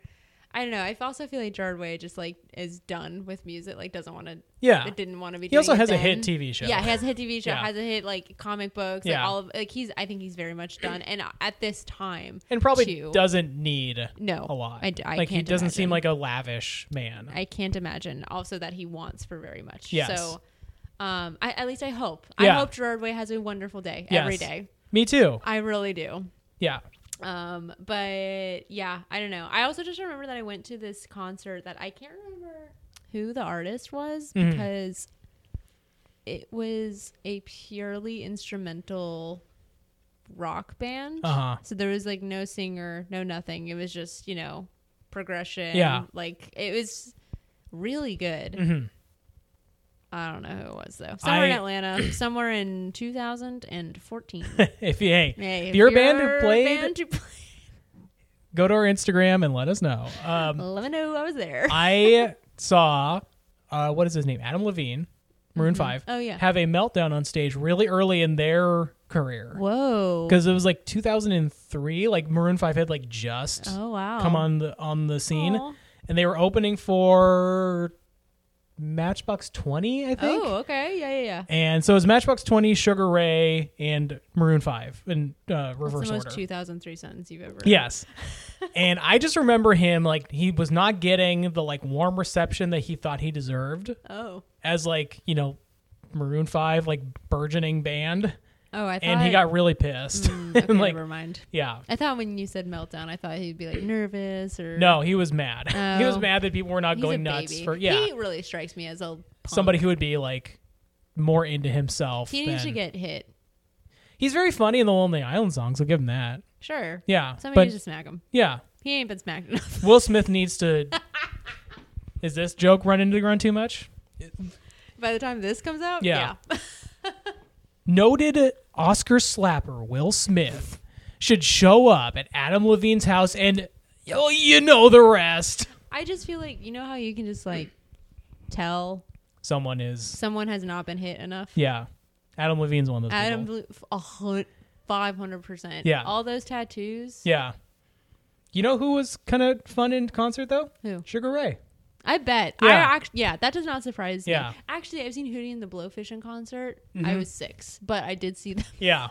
[SPEAKER 2] I don't know. I also feel like Jared Way just like is done with music. Like doesn't want to.
[SPEAKER 1] Yeah.
[SPEAKER 2] It didn't want to be.
[SPEAKER 1] He also
[SPEAKER 2] doing it
[SPEAKER 1] has a hit
[SPEAKER 2] then.
[SPEAKER 1] TV show.
[SPEAKER 2] Yeah, he has a hit
[SPEAKER 1] [LAUGHS]
[SPEAKER 2] TV show.
[SPEAKER 1] Yeah.
[SPEAKER 2] Has a hit like comic books.
[SPEAKER 1] Yeah.
[SPEAKER 2] Like, all of like he's. I think he's very much done. And at this time,
[SPEAKER 1] and probably
[SPEAKER 2] too,
[SPEAKER 1] doesn't need
[SPEAKER 2] No,
[SPEAKER 1] a lot.
[SPEAKER 2] I d- I
[SPEAKER 1] like he
[SPEAKER 2] can't
[SPEAKER 1] doesn't seem
[SPEAKER 2] imagine.
[SPEAKER 1] like a lavish man.
[SPEAKER 2] I can't imagine also that he wants for very much.
[SPEAKER 1] Yes.
[SPEAKER 2] So, um, I, at least I hope.
[SPEAKER 1] Yeah.
[SPEAKER 2] I hope Gerard Way has a wonderful day
[SPEAKER 1] Yes.
[SPEAKER 2] every day.
[SPEAKER 1] Me too.
[SPEAKER 2] I really do.
[SPEAKER 1] Yeah. [LAUGHS]
[SPEAKER 2] Um, but yeah, I don't know. I also just remember that I went to this concert that I can't remember who the artist was
[SPEAKER 1] Mhm.
[SPEAKER 2] because it was a purely instrumental rock band.
[SPEAKER 1] Uh huh.
[SPEAKER 2] So there was like no singer, no nothing. It was just, you know, progression.
[SPEAKER 1] Yeah.
[SPEAKER 2] Like it was really good.
[SPEAKER 1] Mhm.
[SPEAKER 2] I don't know who it was though. Somewhere in
[SPEAKER 1] I-
[SPEAKER 2] Atlanta, somewhere
[SPEAKER 1] [LAUGHS]
[SPEAKER 2] in 2014.
[SPEAKER 1] if you hey,
[SPEAKER 2] Hey,
[SPEAKER 1] if
[SPEAKER 2] if
[SPEAKER 1] your band
[SPEAKER 2] your
[SPEAKER 1] played,
[SPEAKER 2] band who played-
[SPEAKER 1] go to our Instagram and let us know. Um,
[SPEAKER 2] Let me know I was there.
[SPEAKER 1] I saw uh, what is his name? Adam Levine, Maroon Five.
[SPEAKER 2] Oh, yeah.
[SPEAKER 1] have a meltdown on stage really early in their career
[SPEAKER 2] Whoa.
[SPEAKER 1] because it was like 2003. Like Maroon Five had like just
[SPEAKER 2] Oh wow.
[SPEAKER 1] come on the on the scene,
[SPEAKER 2] Aw.
[SPEAKER 1] and they were opening for Matchbox Twenty, I think.
[SPEAKER 2] Oh, okay. Yeah, yeah, yeah.
[SPEAKER 1] And so it was Matchbox Twenty, Sugar Ray, and Maroon Five in uh,
[SPEAKER 2] That's
[SPEAKER 1] reverse
[SPEAKER 2] the most
[SPEAKER 1] order.
[SPEAKER 2] 2003 sentence you've ever.
[SPEAKER 1] Yes. and I just remember him like he was not getting the like warm reception that he thought he deserved
[SPEAKER 2] Oh.
[SPEAKER 1] as like, you know, Maroon 5 like burgeoning band
[SPEAKER 2] Oh, I thought.
[SPEAKER 1] and he got really pissed.
[SPEAKER 2] Mm, okay,
[SPEAKER 1] [LAUGHS] and like
[SPEAKER 2] never mind.
[SPEAKER 1] yeah.
[SPEAKER 2] I thought when you said meltdown, I thought he'd be like nervous or
[SPEAKER 1] No, he was mad. he was
[SPEAKER 2] Oh.
[SPEAKER 1] mad that people were not
[SPEAKER 2] He's
[SPEAKER 1] going
[SPEAKER 2] a
[SPEAKER 1] nuts
[SPEAKER 2] baby.
[SPEAKER 1] for yeah,
[SPEAKER 2] He really strikes me as a punk.
[SPEAKER 1] somebody who would be like more into himself.
[SPEAKER 2] He needs to
[SPEAKER 1] than-
[SPEAKER 2] get hit.
[SPEAKER 1] He's very funny in the Lonely Island songs. I'll give him that.
[SPEAKER 2] Sure.
[SPEAKER 1] Yeah,
[SPEAKER 2] Somebody
[SPEAKER 1] but
[SPEAKER 2] needs to smack him.
[SPEAKER 1] yeah,
[SPEAKER 2] He ain't been smacked [LAUGHS] enough.
[SPEAKER 1] Will Smith needs
[SPEAKER 2] [LAUGHS]
[SPEAKER 1] to. is this joke run into the ground too much?
[SPEAKER 2] By the time this comes out,
[SPEAKER 1] Yeah.
[SPEAKER 2] yeah. [LAUGHS]
[SPEAKER 1] Noted Oscar slapper Will Smith should show up at Adam Levine's house and oh, you know the rest.
[SPEAKER 2] I just feel like you know how you can just like tell
[SPEAKER 1] Someone is
[SPEAKER 2] someone has not been hit enough.
[SPEAKER 1] yeah. Adam Levine's one of those.
[SPEAKER 2] Adam,
[SPEAKER 1] people.
[SPEAKER 2] Blue, a hun- 500%.
[SPEAKER 1] Yeah.
[SPEAKER 2] All those tattoos.
[SPEAKER 1] Yeah. You know who was kind of fun in concert though?
[SPEAKER 2] Who?
[SPEAKER 1] Sugar Ray.
[SPEAKER 2] I bet. I
[SPEAKER 1] Yeah.
[SPEAKER 2] actually, yeah, that does not surprise
[SPEAKER 1] Yeah. Mm-hmm.
[SPEAKER 2] me. Actually, I've seen Hootie and the Blowfish in concert. I was six, but I did see them. [LAUGHS]
[SPEAKER 1] Yeah.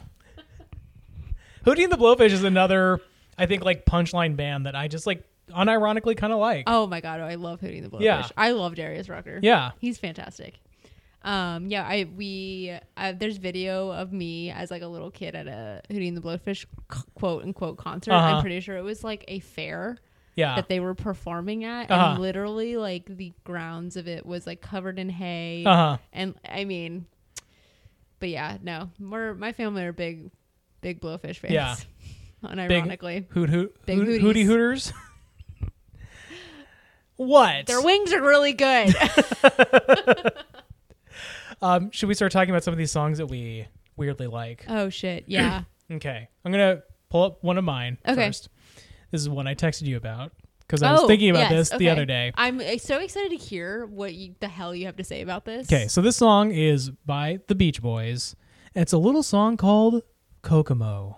[SPEAKER 1] [LAUGHS] Hootie and the Blowfish is another, I think, like punchline band that I just like unironically kind of like.
[SPEAKER 2] Oh my god, I love Hootie and the Blowfish.
[SPEAKER 1] Yeah.
[SPEAKER 2] I love Darius Rucker.
[SPEAKER 1] Yeah.
[SPEAKER 2] he's fantastic. Um, yeah, I we uh, there's video of me as like a little kid at a Hootie and the Blowfish c- quote unquote concert.
[SPEAKER 1] Uh-huh.
[SPEAKER 2] I'm pretty sure it was like a fair
[SPEAKER 1] Yeah.
[SPEAKER 2] that they were performing at,
[SPEAKER 1] Uh-huh.
[SPEAKER 2] and literally like the grounds of it was like covered in hay,
[SPEAKER 1] Uh huh.
[SPEAKER 2] and I mean, but yeah, no, we're my family are big, big Blowfish fans. [LAUGHS]
[SPEAKER 1] Yeah.
[SPEAKER 2] Unironically,
[SPEAKER 1] Hoot hoot.
[SPEAKER 2] Big
[SPEAKER 1] hoot-
[SPEAKER 2] hooties.
[SPEAKER 1] hootie hooters. [LAUGHS] what?
[SPEAKER 2] their wings are
[SPEAKER 1] [LAUGHS]
[SPEAKER 2] really good.
[SPEAKER 1] Um, should we start talking about some of these songs that we weirdly like?
[SPEAKER 2] oh shit, yeah.
[SPEAKER 1] Okay. I'm going to pull up one of mine
[SPEAKER 2] Okay. Oh,
[SPEAKER 1] first. This is one I texted you about because I was thinking about
[SPEAKER 2] yes,
[SPEAKER 1] this the other
[SPEAKER 2] okay.
[SPEAKER 1] day.
[SPEAKER 2] I'm uh, so excited to hear what you, the hell you have to say about this.
[SPEAKER 1] Okay, so this song is by the Beach Boys. and It's a little song called Kokomo.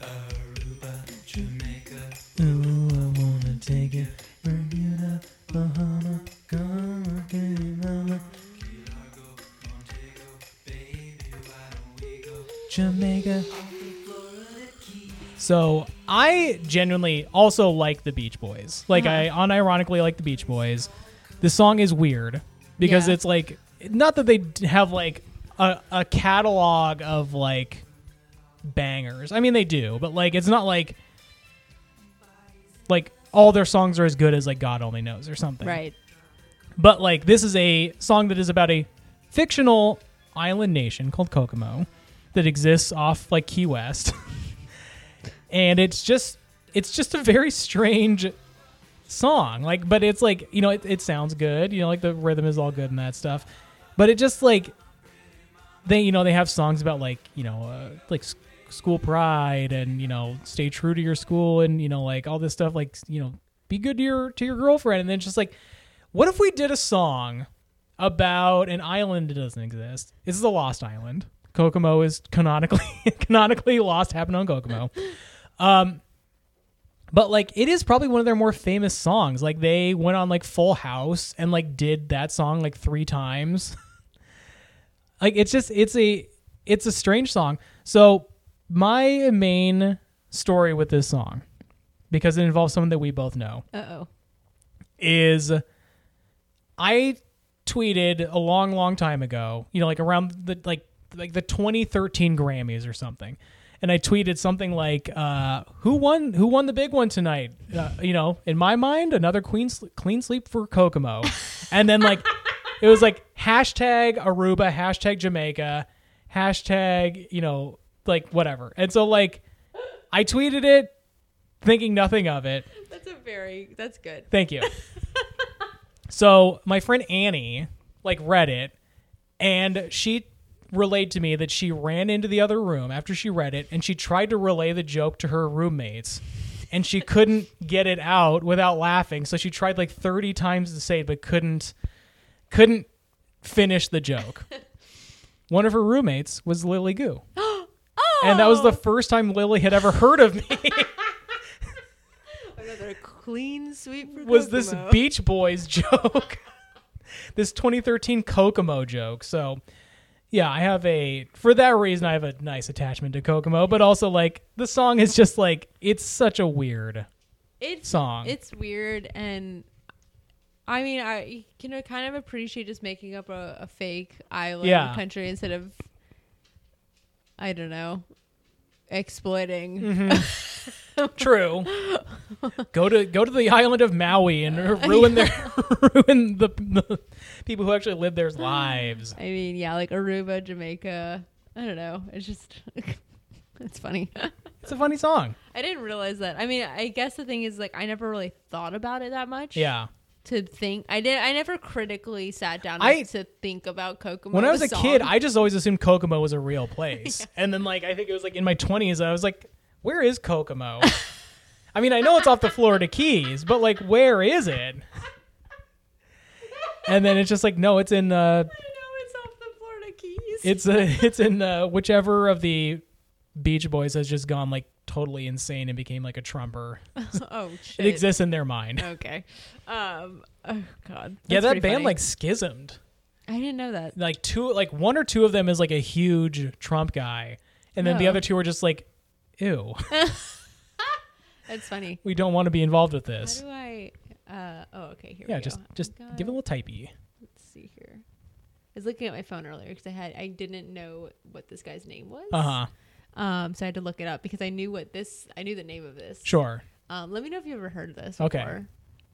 [SPEAKER 3] Aruba, Jamaica.
[SPEAKER 1] Ooh, I wanna take it. Bermuda, Bahama, Ghana, Guyana,
[SPEAKER 3] Key Largo, Montego, baby, why don't we go?
[SPEAKER 1] Jamaica.
[SPEAKER 3] Florida Keys.
[SPEAKER 1] So I genuinely also like the Beach Boys. Like I
[SPEAKER 2] Mm-hmm.
[SPEAKER 1] unironically like the Beach Boys. This song is weird because
[SPEAKER 2] Yeah.
[SPEAKER 1] it's like not that they d- have like a, a catalog of like bangers. I mean they do, but like it's not like like all their songs are as good as like God only knows or something.
[SPEAKER 2] Right.
[SPEAKER 1] But like this is a song that is about a fictional island nation called Kokomo that exists off like Key West. [LAUGHS] and it's just it's just a very strange song. Like but it's like, you know, it, it sounds good, you know, like the rhythm is all good and that stuff. But it just like they you know, they have songs about like, you know, uh, like s- school pride and, you know, stay true to your school and, you know, like all this stuff like, you know, be good to your to your girlfriend and then just like what if we did a song about an island that doesn't exist? This is a lost island. Kokomo is canonically [LAUGHS] canonically lost happened on Kokomo. Um but like it is probably one of their more famous songs. Like they went on like Full House and like did that song like 3 times. [LAUGHS] like it's just it's a it's a strange song. So my main story with this song because it involves someone that we both know
[SPEAKER 2] Uh oh.
[SPEAKER 1] is I tweeted a long, long time ago, you know, like around the like like the 2013 Grammys or something, and I tweeted something like, uh, "Who won? Who won the big one tonight?" Uh, you know, in my mind, another queen sl- clean sleep for Kokomo, and then like it was like hashtag Aruba, hashtag Jamaica, hashtag you know like whatever, and so like I tweeted it thinking nothing of it.
[SPEAKER 2] That's a very, that's good.
[SPEAKER 1] Thank you. so my friend Annie like read it, and she relayed to me that she ran into the other room after she read it, and she tried to relay the joke to her roommates, and she couldn't get it out without laughing. So she tried like thirty times to say it, but couldn't couldn't finish the joke. One of her roommates was Lily Goo. And that
[SPEAKER 2] Oh.
[SPEAKER 1] was the first time Lily had ever heard of me.
[SPEAKER 2] Another clean sweep for
[SPEAKER 1] was this
[SPEAKER 2] Kokomo.
[SPEAKER 1] Beach Boys [LAUGHS] joke, this 2013 Kokomo joke. So, yeah, I have a for that reason I have a nice attachment to Kokomo, but also like the song is just like it's such a weird
[SPEAKER 2] it's,
[SPEAKER 1] song.
[SPEAKER 2] It's weird, and I mean, I you can kind of appreciate just making up a, a fake island
[SPEAKER 1] Yeah.
[SPEAKER 2] country instead of,
[SPEAKER 1] Mm-hmm.
[SPEAKER 2] I don't know, exploiting
[SPEAKER 1] [LAUGHS] True. go to go to the island of Maui and ruin their [LAUGHS] ruin the, the people who actually live there's lives.
[SPEAKER 2] I mean, yeah, like Aruba, Jamaica. I don't know. It's just [LAUGHS] it's funny. [LAUGHS]
[SPEAKER 1] It's a funny song.
[SPEAKER 2] I didn't realize that. I mean, I guess the thing is like I never really thought about it that much.
[SPEAKER 1] Yeah.
[SPEAKER 2] To think, I did. I never critically sat down
[SPEAKER 1] I-
[SPEAKER 2] to think about Kokomo.
[SPEAKER 1] When I
[SPEAKER 2] the
[SPEAKER 1] was a
[SPEAKER 2] song.
[SPEAKER 1] kid, I just always assumed Kokomo was a real place. And then like I think it was like in my 20s I was like where is
[SPEAKER 2] [LAUGHS]
[SPEAKER 1] Kokomo? I mean, I know it's off the Florida Keys, but like where is it? And then it's just like no, it's in uh
[SPEAKER 2] [LAUGHS] I know it's off the Florida Keys.
[SPEAKER 1] it's uh [LAUGHS] it's in uh, whichever of the Beach Boys has just gone like totally insane and became like a trumper.
[SPEAKER 2] oh
[SPEAKER 1] It
[SPEAKER 2] shit.
[SPEAKER 1] exists in their mind.
[SPEAKER 2] Okay. Um. Oh god.
[SPEAKER 1] yeah, that
[SPEAKER 2] That's pretty
[SPEAKER 1] band
[SPEAKER 2] funny.
[SPEAKER 1] like schismed.
[SPEAKER 2] I didn't know that.
[SPEAKER 1] Like two, like one or two of them is like a huge Trump guy, and then the
[SPEAKER 2] Oh.
[SPEAKER 1] other two are just like, ew,
[SPEAKER 2] That's funny.
[SPEAKER 1] we don't want to be involved with
[SPEAKER 2] How
[SPEAKER 1] this.
[SPEAKER 2] do I? Uh. Oh, okay. Here we
[SPEAKER 1] Yeah,
[SPEAKER 2] go.
[SPEAKER 1] just just
[SPEAKER 2] I've
[SPEAKER 1] give it a
[SPEAKER 2] got-
[SPEAKER 1] little typey.
[SPEAKER 2] Let's see here. I was looking at my phone earlier because I had I didn't know what this guy's name was.
[SPEAKER 1] Uh huh.
[SPEAKER 2] Um, so I had to look it up because I knew what this. I knew the name of this.
[SPEAKER 1] Sure.
[SPEAKER 2] Um, let me know if you ever heard of this.
[SPEAKER 1] Okay.
[SPEAKER 2] Before.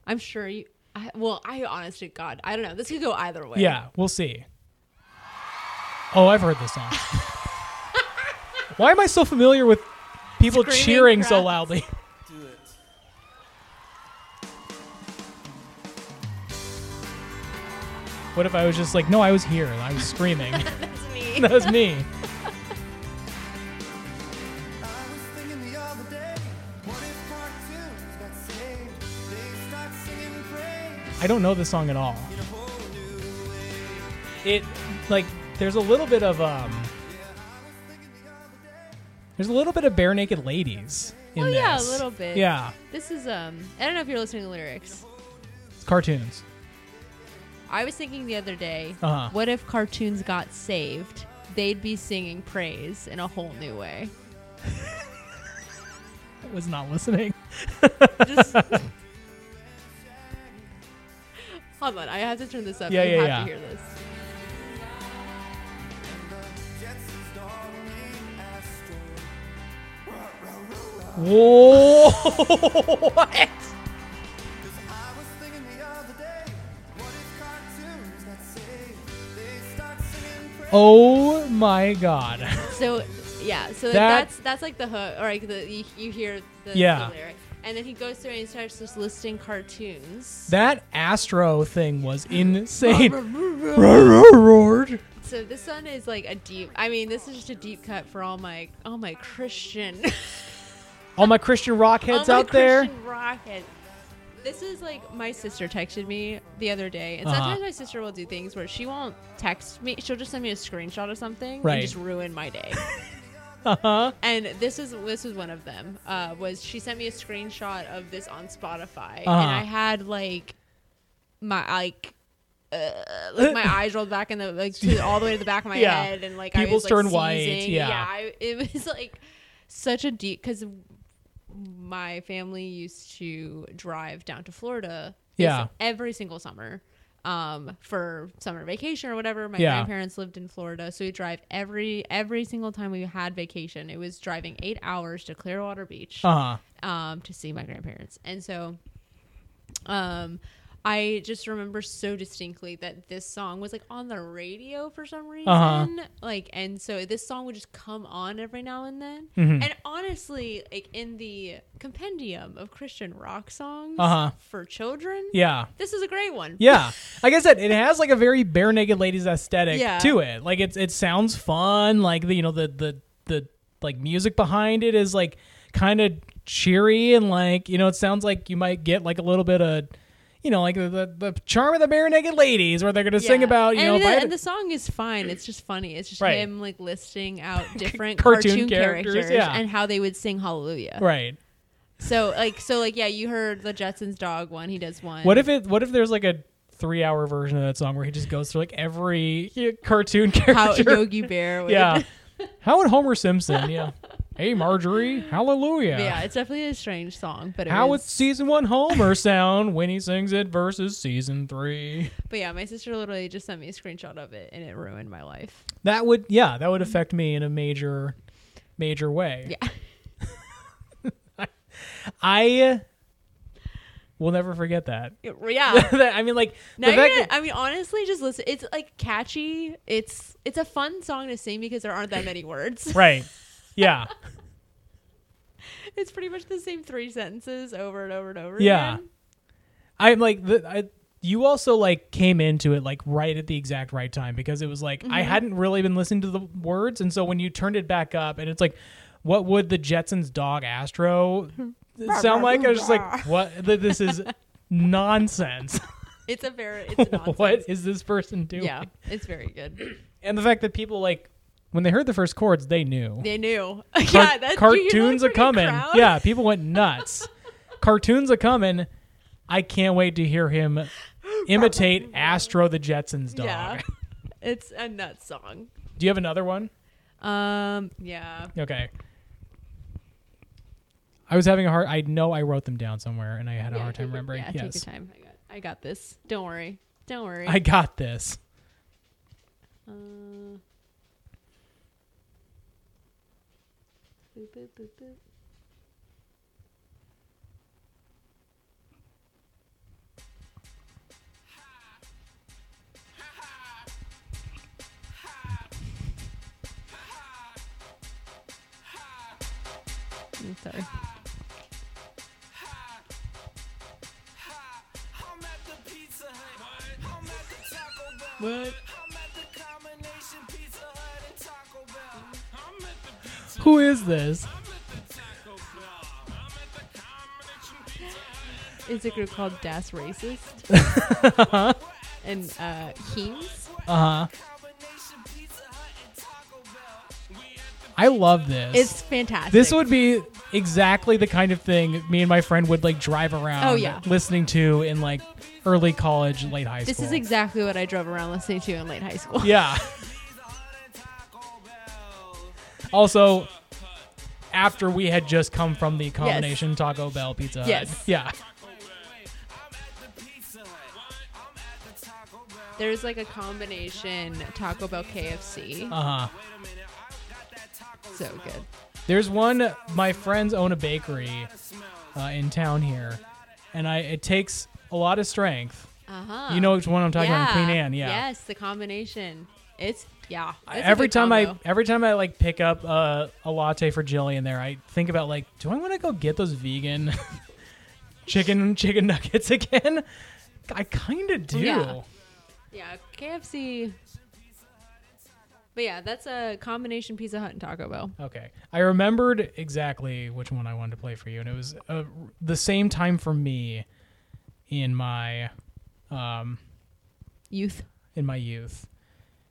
[SPEAKER 2] I'm sure you. I, well, I honest to God, I don't know. This could go either way.
[SPEAKER 1] Yeah, we'll see. Oh, I've heard this
[SPEAKER 2] [LAUGHS]
[SPEAKER 1] song. Why am I so familiar with people
[SPEAKER 2] Screaming
[SPEAKER 1] cheering so
[SPEAKER 2] crowds.
[SPEAKER 1] loudly?
[SPEAKER 3] Do it.
[SPEAKER 1] What if I was just like, no, I was here and I was screaming. [LAUGHS]
[SPEAKER 2] That's me.
[SPEAKER 1] that was me.
[SPEAKER 3] I was thinking the other day, what if cartoons got saved? They start singing praise
[SPEAKER 1] I don't know this song at all.
[SPEAKER 3] in a whole new way.
[SPEAKER 1] It like there's a little bit of um
[SPEAKER 3] Yeah, I was thinking the other day.
[SPEAKER 1] there's a little bit of bare naked ladies in
[SPEAKER 2] Oh,
[SPEAKER 1] this.
[SPEAKER 2] yeah, a little bit.
[SPEAKER 1] Yeah,
[SPEAKER 2] This is um. I don't know if you're listening to the lyrics.
[SPEAKER 1] it's cartoons.
[SPEAKER 2] I was thinking the other day,
[SPEAKER 1] Uh-huh.
[SPEAKER 2] what if cartoons got saved? They'd be singing praise in a whole new
[SPEAKER 1] [LAUGHS]
[SPEAKER 2] way.
[SPEAKER 1] I was not
[SPEAKER 2] [LAUGHS]
[SPEAKER 1] listening.
[SPEAKER 2] Just Hold on, I have to turn this up.
[SPEAKER 1] Yeah, yeah,
[SPEAKER 2] you have
[SPEAKER 1] yeah.
[SPEAKER 2] to hear this.
[SPEAKER 1] Whoa! what? Oh my god. [LAUGHS]
[SPEAKER 2] So yeah, so
[SPEAKER 1] That-
[SPEAKER 2] that's that's like the hook, or like the you, you hear the,
[SPEAKER 1] Yeah.
[SPEAKER 2] the lyric, and then he goes through and he starts just listing cartoons.
[SPEAKER 1] That Astro thing was insane. Roared.
[SPEAKER 2] so this one is like a deep. I mean, this is just a deep cut for all my all my Christian
[SPEAKER 1] All my Christian rock heads
[SPEAKER 2] all Oh my
[SPEAKER 1] out there.
[SPEAKER 2] Christian rock heads. This is like my sister texted me the other day, and
[SPEAKER 1] Uh-huh.
[SPEAKER 2] sometimes my sister will do things where she won't text me; she'll just send me a screenshot of something
[SPEAKER 1] Right.
[SPEAKER 2] and just ruin my day.
[SPEAKER 1] [LAUGHS] Uh-huh.
[SPEAKER 2] and this is this was one of them. Uh, was she sent me a screenshot of this on Spotify, and
[SPEAKER 1] Uh-huh.
[SPEAKER 2] I had like my like. Uh, like
[SPEAKER 1] [LAUGHS]
[SPEAKER 2] my eyes rolled back in the like to, all the way to the back of my
[SPEAKER 1] Yeah.
[SPEAKER 2] head, and like
[SPEAKER 1] Pupils
[SPEAKER 2] I was, like,
[SPEAKER 1] turn white,
[SPEAKER 2] seizing.
[SPEAKER 1] yeah.
[SPEAKER 2] I, it was like such a deep because my family used to drive down to Florida. this-
[SPEAKER 1] Yeah.
[SPEAKER 2] every single summer. Um, for summer vacation or whatever, my
[SPEAKER 1] Yeah.
[SPEAKER 2] grandparents lived in Florida, so we drive every every single time we had vacation. It was driving eight hours to Clearwater Beach,
[SPEAKER 1] Uh-huh.
[SPEAKER 2] um, to see my grandparents, and so, um, I just remember so distinctly that this song was like on the radio for some reason,
[SPEAKER 1] Uh-huh.
[SPEAKER 2] like, and so this song would just come on every now and then.
[SPEAKER 1] Mm-hmm.
[SPEAKER 2] And honestly, like in the compendium of Christian rock songs
[SPEAKER 1] Uh-huh.
[SPEAKER 2] for children,
[SPEAKER 1] Yeah.
[SPEAKER 2] this is a great one.
[SPEAKER 1] Yeah, like I said, it has like a very bare naked ladies aesthetic
[SPEAKER 2] Yeah.
[SPEAKER 1] to it. Like it's it sounds fun. Like the you know the the the like music behind it is like kind of cheery and like you know it sounds like you might get like a little bit of you know like the the, the charm of the bare naked ladies where they're gonna sing
[SPEAKER 2] Yeah.
[SPEAKER 1] about you
[SPEAKER 2] and
[SPEAKER 1] know if
[SPEAKER 2] the,
[SPEAKER 1] I had
[SPEAKER 2] and
[SPEAKER 1] a-
[SPEAKER 2] the song is fine. It's just funny. It's just
[SPEAKER 1] Right.
[SPEAKER 2] him like listing out
[SPEAKER 1] [LAUGHS]
[SPEAKER 2] different
[SPEAKER 1] Cartoon
[SPEAKER 2] cartoon,
[SPEAKER 1] characters,
[SPEAKER 2] characters,
[SPEAKER 1] yeah.
[SPEAKER 2] and how they would sing Hallelujah.
[SPEAKER 1] right.
[SPEAKER 2] So like so like yeah, you heard the Jetsons dog one. He does one.
[SPEAKER 1] What if it? What if there's like a three hour version of that song where he just goes through like every you know, cartoon [LAUGHS]
[SPEAKER 2] how
[SPEAKER 1] character? [LAUGHS]
[SPEAKER 2] Yogi Bear? Would,
[SPEAKER 1] yeah. How would Homer Simpson? Yeah. Hey Marjorie, hallelujah.
[SPEAKER 2] [LAUGHS] But yeah. It's definitely a strange song, but it
[SPEAKER 1] How would
[SPEAKER 2] was,
[SPEAKER 1] season one Homer sound when he sings it versus season three?
[SPEAKER 2] But yeah, my sister literally just sent me a screenshot of it, and it ruined my life.
[SPEAKER 1] That would, yeah, that would affect me in a major, major way.
[SPEAKER 2] Yeah.
[SPEAKER 1] [LAUGHS] I will never forget that. [LAUGHS]
[SPEAKER 2] Yeah.
[SPEAKER 1] That- I mean, like
[SPEAKER 2] Now
[SPEAKER 1] the
[SPEAKER 2] you're
[SPEAKER 1] fact
[SPEAKER 2] gonna,
[SPEAKER 1] that-
[SPEAKER 2] I mean, honestly, just listen. It's like catchy. It's it's a fun song to sing because there aren't that many words. [LAUGHS]
[SPEAKER 1] right? Yeah,
[SPEAKER 2] It's pretty much the same three sentences over and over and over.
[SPEAKER 1] Yeah.
[SPEAKER 2] again.
[SPEAKER 1] I'm like the, I, you also like came into it like right at the exact right time because it was like I
[SPEAKER 2] Mm-hmm.
[SPEAKER 1] hadn't really been listening to the words, and so when you turned it back up, and it's like, what would the Jetsons' dog
[SPEAKER 2] [LAUGHS]
[SPEAKER 1] Astro sound like? I was just like, what? Th- This is nonsense. [LAUGHS]
[SPEAKER 2] It's a very it's nonsense.
[SPEAKER 1] what [LAUGHS] is this person doing?
[SPEAKER 2] Yeah, it's very good.
[SPEAKER 1] and the fact that people like when they heard the first chords, they knew.
[SPEAKER 2] They knew. [LAUGHS]
[SPEAKER 1] Car-
[SPEAKER 2] yeah, that's do you hear
[SPEAKER 1] cartoons
[SPEAKER 2] the
[SPEAKER 1] are coming.
[SPEAKER 2] freaking crowd?
[SPEAKER 1] Yeah, people went
[SPEAKER 2] [LAUGHS]
[SPEAKER 1] nuts. cartoons are coming. I can't wait to hear
[SPEAKER 2] [LAUGHS]
[SPEAKER 1] him imitate Astro the Jetsons dog. [LAUGHS]
[SPEAKER 2] Yeah. It's a nut song.
[SPEAKER 1] Do you have another one?
[SPEAKER 2] Um. Yeah.
[SPEAKER 1] Okay. I was having a hard. I know I wrote them down somewhere, and I had a
[SPEAKER 2] Yeah,
[SPEAKER 1] hard time
[SPEAKER 2] take your-
[SPEAKER 1] remembering.
[SPEAKER 2] Yeah,
[SPEAKER 1] yes,
[SPEAKER 2] take your time. I got, I got this. Don't worry. Don't worry.
[SPEAKER 1] I got this.
[SPEAKER 2] Uh, boop, boop, boop, boop. I'm sorry.
[SPEAKER 3] I'm at the Pizza Hut. I'm at the Taco Bell.
[SPEAKER 2] What?
[SPEAKER 3] I'm at the combination Pizza Hut and Taco Bell. I'm at the Pizza
[SPEAKER 1] Who is this?
[SPEAKER 3] I'm at the Taco Bell. I'm at the combination Pizza Hut.
[SPEAKER 2] It's a group called Das Racist
[SPEAKER 1] [LAUGHS]
[SPEAKER 2] and uh, Heems.
[SPEAKER 3] Uh-huh.
[SPEAKER 1] Uh huh.
[SPEAKER 3] Combination Pizza Hut and Taco Bell. We at the
[SPEAKER 1] I love this.
[SPEAKER 2] It's fantastic.
[SPEAKER 1] This would be exactly the kind of thing me and my friend would like drive around
[SPEAKER 2] Oh, yeah.
[SPEAKER 1] listening to in like early college, late high
[SPEAKER 2] This
[SPEAKER 1] school.
[SPEAKER 2] is exactly what I drove around listening to in late high school.
[SPEAKER 1] Yeah.
[SPEAKER 3] Pizza Hut and Taco Bell.
[SPEAKER 1] Also, after we had just come from the combination Taco Bell Pizza Hut.
[SPEAKER 2] Yes.
[SPEAKER 1] Yeah.
[SPEAKER 3] Wait, wait, wait. I'm at the Pizza Hut. I'm at the Taco Bell.
[SPEAKER 2] There's like a combination Taco Bell KFC.
[SPEAKER 1] Uh huh.
[SPEAKER 3] Wait a minute. I got that taco
[SPEAKER 2] So good.
[SPEAKER 1] There's one my friends own a bakery
[SPEAKER 3] smell.
[SPEAKER 1] uh, in town here, and I it takes a lot of strength.
[SPEAKER 2] Uh huh.
[SPEAKER 1] You know which one I'm talking about, Queen Anne. Yeah.
[SPEAKER 2] Yes, the combination. It's yeah. it's a
[SPEAKER 1] every
[SPEAKER 2] good
[SPEAKER 1] time
[SPEAKER 2] combo.
[SPEAKER 1] I every time I like pick up uh, a latte for Jillian there, I think about like, do I want to go get those vegan [LAUGHS] chicken chicken nuggets [LAUGHS] again? I kind of do.
[SPEAKER 2] Yeah. yeah KFC. But yeah, that's a combination Pizza Hut and Taco Bell.
[SPEAKER 1] Okay, I remembered exactly which one I wanted to play for you, and it was uh, the same time for me in my um,
[SPEAKER 2] Youth.
[SPEAKER 1] in my youth.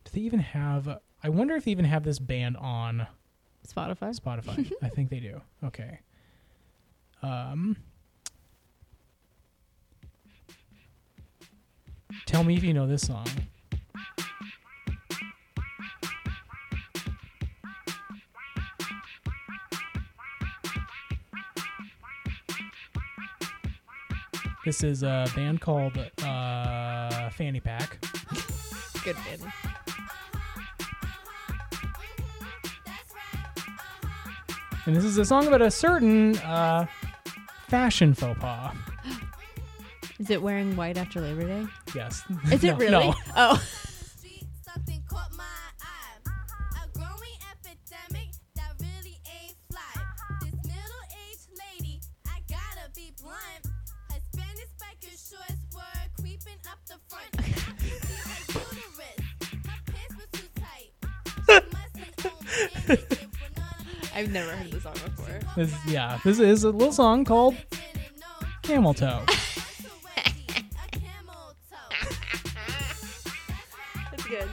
[SPEAKER 1] Do they even have? I wonder if they even have this band on
[SPEAKER 2] Spotify. [LAUGHS]
[SPEAKER 1] Spotify. I think they do. Okay. Um, tell me if you know this song. This is a band called uh, Fanny Pack.
[SPEAKER 2] Good band.
[SPEAKER 1] And this is a song about a certain uh, fashion faux pas.
[SPEAKER 2] Is it wearing white after Labor
[SPEAKER 1] [LAUGHS]
[SPEAKER 2] Day?
[SPEAKER 1] Yes.
[SPEAKER 2] Is it
[SPEAKER 1] No,
[SPEAKER 2] really?
[SPEAKER 1] No.
[SPEAKER 2] Oh. [LAUGHS]
[SPEAKER 4] street, something caught my eye. A growing epidemic that really ain't fly. This middle aged lady, I gotta be blunt. Her Spanish biker shorts were creeping up the front. I could see her uterus. Her pants were too tight. She mustn't own bandwidth when all
[SPEAKER 2] I've never heard this song before.
[SPEAKER 4] the-
[SPEAKER 1] [LAUGHS] This, yeah, this is a little song called
[SPEAKER 4] Didn't know.
[SPEAKER 1] Camel Toe.
[SPEAKER 2] That's good.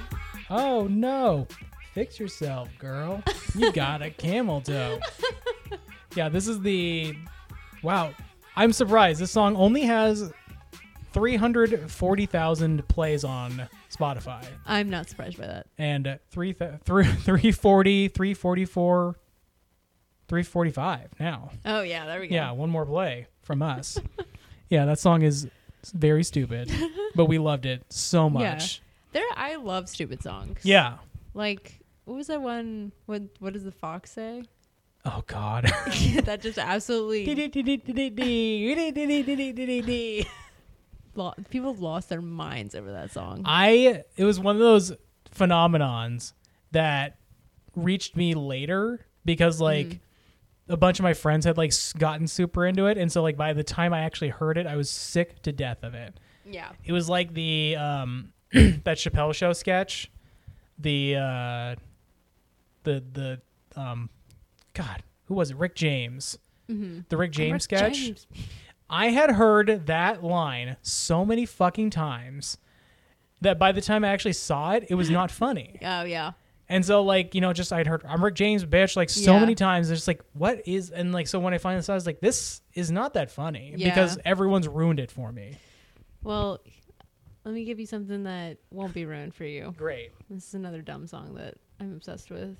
[SPEAKER 1] Oh no, fix yourself, girl. You got a camel toe. Yeah, this is the. Wow, I'm surprised. This song only has 340,000 plays on Spotify
[SPEAKER 2] I'm not surprised by that.
[SPEAKER 1] and three th- three- [LAUGHS] 340, 344, 345 now.
[SPEAKER 2] Oh yeah, there we go.
[SPEAKER 1] Yeah, one more play from us. [LAUGHS] yeah, that song is very stupid, but we loved it so much.
[SPEAKER 2] There, I love stupid songs.
[SPEAKER 1] Yeah.
[SPEAKER 2] Like, what was that one? What What does the fox say? [LAUGHS]
[SPEAKER 1] Oh [LAUGHS] God.
[SPEAKER 2] that just [LAUGHS] absolutely [LAUGHS] lo- people lost their minds over that song.
[SPEAKER 1] Uh, I it was one of those phenomenons that reached me later because like a bunch of my friends had like s- gotten super into it and so like by the time I actually heard it I was sick to death of it.
[SPEAKER 2] yeah,
[SPEAKER 1] It was like the um [CLEARS THROAT] that Chappelle show sketch the uh the the um god who was it Rick James the Mm-hmm. Oh, Rick James sketch
[SPEAKER 2] James.
[SPEAKER 1] I had heard that line so many fucking times that by the time I actually saw it, it was not funny.
[SPEAKER 2] Oh yeah,
[SPEAKER 1] And so, like, you know, just I'd heard, I'm Rick James, bitch, like so
[SPEAKER 2] Yeah.
[SPEAKER 1] many times. It's just like, what is, and like, so when I finally saw it, I was like, this is not that funny
[SPEAKER 2] Yeah.
[SPEAKER 1] because everyone's ruined it for me.
[SPEAKER 2] Well, let me give you something that won't be ruined for you.
[SPEAKER 1] Great.
[SPEAKER 2] This is another dumb song that I'm obsessed with.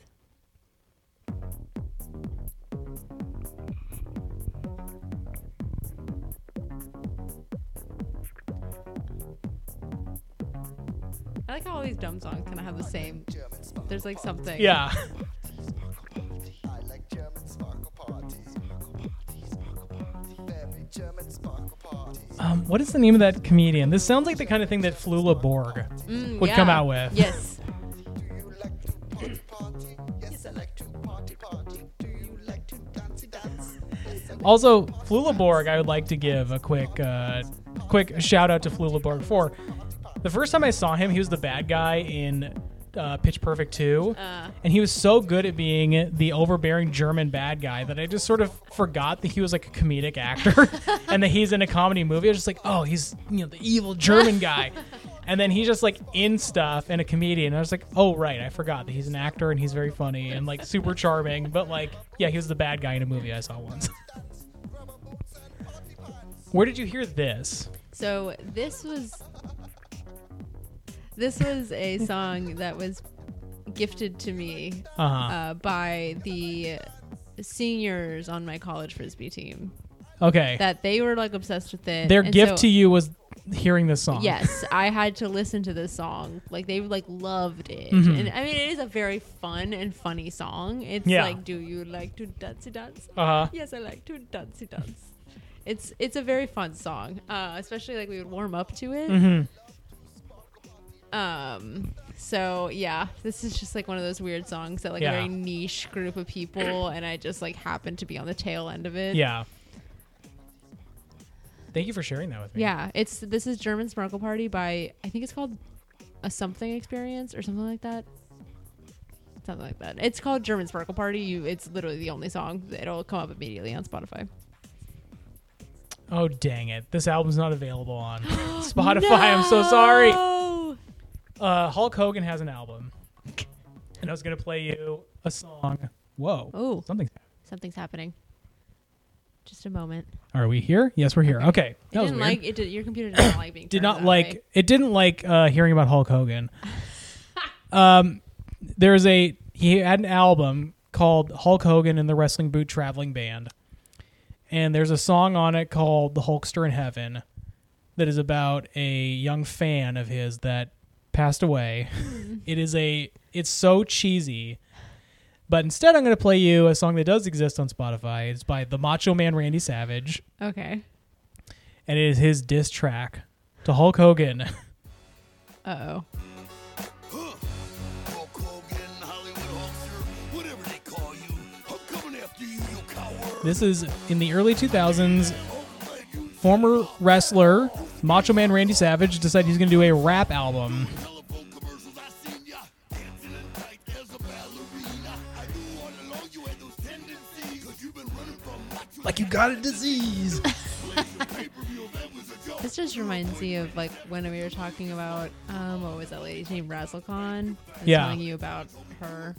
[SPEAKER 2] I like how all these dumb songs kind of have the same.
[SPEAKER 3] German sparkle
[SPEAKER 2] There's like something.
[SPEAKER 1] Yeah.
[SPEAKER 3] I like German sparkle parties. Very German sparkle parties.
[SPEAKER 1] Um, what is the name of that comedian? This sounds like the kind of thing that Flula Borg.
[SPEAKER 2] Mm,
[SPEAKER 1] Would come out with.
[SPEAKER 2] Yes.
[SPEAKER 3] Do you like to party party? Yes, I like to party party. Do you like to dancey dance? Yes, I like
[SPEAKER 1] Also, Flula Borg, I would like to give a quick, uh, quick shout out to Flula Borg for the first time I saw him, he was the bad guy in uh, Pitch Perfect Two, and he was so good at being the overbearing German bad guy that I just sort of forgot that he was like a comedic actor and that he's in a comedy movie. I was just like, oh, he's you know the evil German guy. And then he's just like in stuff and a comedian. I was like, oh right, I forgot that he's an actor and he's very funny and like super charming. But like, yeah, he was the bad guy in a movie I saw once. [LAUGHS] Where did you hear this?
[SPEAKER 2] So this was this was a song that was gifted to me
[SPEAKER 1] Uh-huh.
[SPEAKER 2] uh, by the seniors on my college frisbee team.
[SPEAKER 1] Okay.
[SPEAKER 2] That they were like obsessed with it.
[SPEAKER 1] Their
[SPEAKER 2] And
[SPEAKER 1] gift
[SPEAKER 2] so-
[SPEAKER 1] to you was hearing this song.
[SPEAKER 2] Yes, I had to listen to this song. Like they like loved it,
[SPEAKER 1] Mm-hmm.
[SPEAKER 2] and I mean it is a very fun and funny song. It's
[SPEAKER 1] Yeah.
[SPEAKER 2] like, do you like to dancey dance?
[SPEAKER 1] Uh huh.
[SPEAKER 2] yes, I like to dancey dance. It's it's a very fun song, uh, especially like we would warm up to it.
[SPEAKER 1] Mm-hmm.
[SPEAKER 2] Um, so yeah, this is just like one of those weird songs that like
[SPEAKER 1] Yeah.
[SPEAKER 2] a very niche group of people, and I just like happened to be on the tail end of it.
[SPEAKER 1] Yeah. Thank you for sharing that with me.
[SPEAKER 2] yeah. It's this is German Sparkle Party by I think it's called a something experience or something like that. Something like that. It's called German Sparkle Party. You, it's literally the only song. It'll come up immediately on Spotify.
[SPEAKER 1] Oh dang it! This album's not available
[SPEAKER 2] [GASPS]
[SPEAKER 1] on Spotify. I'm so sorry.
[SPEAKER 2] No!
[SPEAKER 1] Uh, Hulk Hogan has an album, and I was gonna play you a song. Whoa.
[SPEAKER 2] Oh.
[SPEAKER 1] Something.
[SPEAKER 2] Something's happening. Just a moment.
[SPEAKER 1] Are we here? Yes, we're here. Okay.
[SPEAKER 2] It
[SPEAKER 1] That was
[SPEAKER 2] didn't
[SPEAKER 1] weird.
[SPEAKER 2] like it. Did, your computer did not like being.
[SPEAKER 1] did
[SPEAKER 2] turned
[SPEAKER 1] not
[SPEAKER 2] that
[SPEAKER 1] like
[SPEAKER 2] way.
[SPEAKER 1] it didn't like uh, hearing about Hulk
[SPEAKER 2] [LAUGHS]
[SPEAKER 1] Hogan. um, there's a he had an album called Hulk Hogan and the Wrestling Boot Traveling Band, and there's a song on it called "The Hulkster in Heaven," that is about a young fan of his that passed
[SPEAKER 2] [LAUGHS]
[SPEAKER 1] away. it is a it's so cheesy. But instead, I'm going to play you a song that does exist on Spotify. It's by the Macho Man Randy Savage
[SPEAKER 2] Okay.
[SPEAKER 1] and it is his diss track to Hulk Hogan. [LAUGHS]
[SPEAKER 2] Uh oh.
[SPEAKER 5] Hulk Hogan, Hollywood Hulkster, whatever they call you. I'm coming after you, you coward.
[SPEAKER 1] This is in the early 2000s.
[SPEAKER 5] Like you
[SPEAKER 1] Former wrestler Macho Man Randy Savage decided he's going to do a rap album.
[SPEAKER 5] telephone commercials, I seen ya. Dancing and tight as a ballerina. I knew all along you had those tendencies. Cause you've been running from macho
[SPEAKER 3] Like you got a disease.
[SPEAKER 5] pay-per-view. That was a joke.
[SPEAKER 2] This just reminds me of like when we were talking about um what was that lady's name WrestleCon. I was
[SPEAKER 1] Yeah.
[SPEAKER 2] Telling you about her.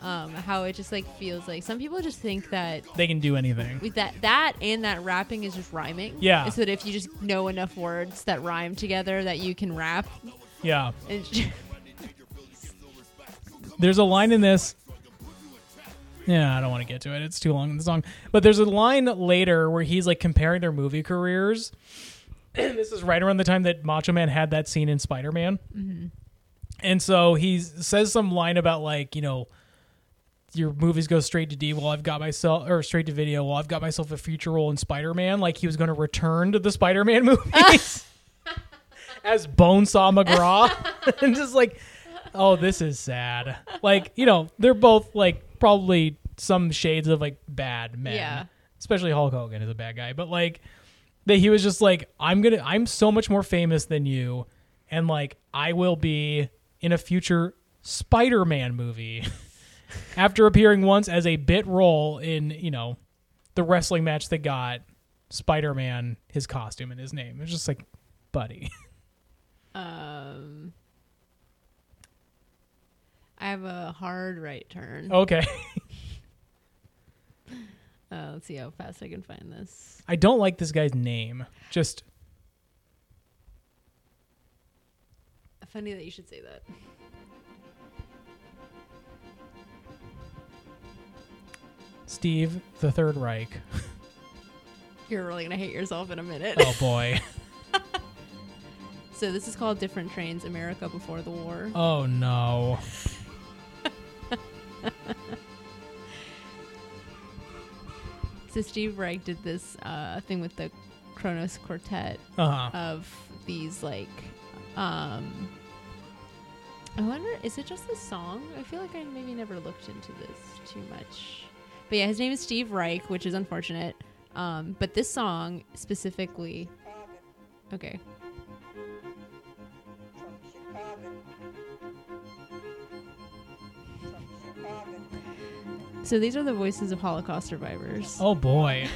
[SPEAKER 2] Um, how it just like feels like some people just think that
[SPEAKER 1] They can do anything.
[SPEAKER 2] with that that and that rapping is just rhyming.
[SPEAKER 1] Yeah.
[SPEAKER 2] So that if you just know enough words that rhyme together, that you can rap.
[SPEAKER 1] Yeah.
[SPEAKER 2] It's
[SPEAKER 1] There's a line in this. Yeah, I don't want to get to it. It's too long in the song. But there's a line later where he's like comparing their movie careers. [CLEARS THROAT] this is right around the time that Macho Man had that scene in Spider Man. And so he says some line about like, you know, your movies go straight to D. Well, I've got myself or straight to video. Well, I've got myself a future role in Spider Man. Like he was going to return to the Spider Man [LAUGHS] movies as Bonesaw McGraw, and just like, oh, this is sad. Like you know, they're both like probably some shades of like bad men.
[SPEAKER 2] Yeah.
[SPEAKER 1] Especially Hulk Hogan is a bad guy, but like that he was just like i'm gonna i'm so much more famous than you and like i will be in a future spider-man movie [LAUGHS] after appearing once as a bit role in you know the wrestling match that got spider-man his costume and his name it's just like buddy
[SPEAKER 2] [LAUGHS] Um, I have a hard right turn.
[SPEAKER 1] okay [LAUGHS]
[SPEAKER 2] Uh, let's see how fast I can find this.
[SPEAKER 1] i don't like this guy's name just
[SPEAKER 2] Funny that you should say that.
[SPEAKER 1] steve the third reich
[SPEAKER 2] You're really gonna hate yourself in a minute.
[SPEAKER 1] oh boy [LAUGHS]
[SPEAKER 2] So this is called Different Trains: America Before the War.
[SPEAKER 1] oh no
[SPEAKER 2] So Steve Reich did this uh, thing with the Kronos Quartet
[SPEAKER 1] uh-huh
[SPEAKER 2] of these like. Um, I wonder, is it just the song? I feel like I maybe never looked into this too much. But yeah, his name is Steve Reich, which is unfortunate. Um, but this song specifically. Okay. So these are the voices of Holocaust survivors.
[SPEAKER 1] Oh
[SPEAKER 2] [LAUGHS]
[SPEAKER 1] boy.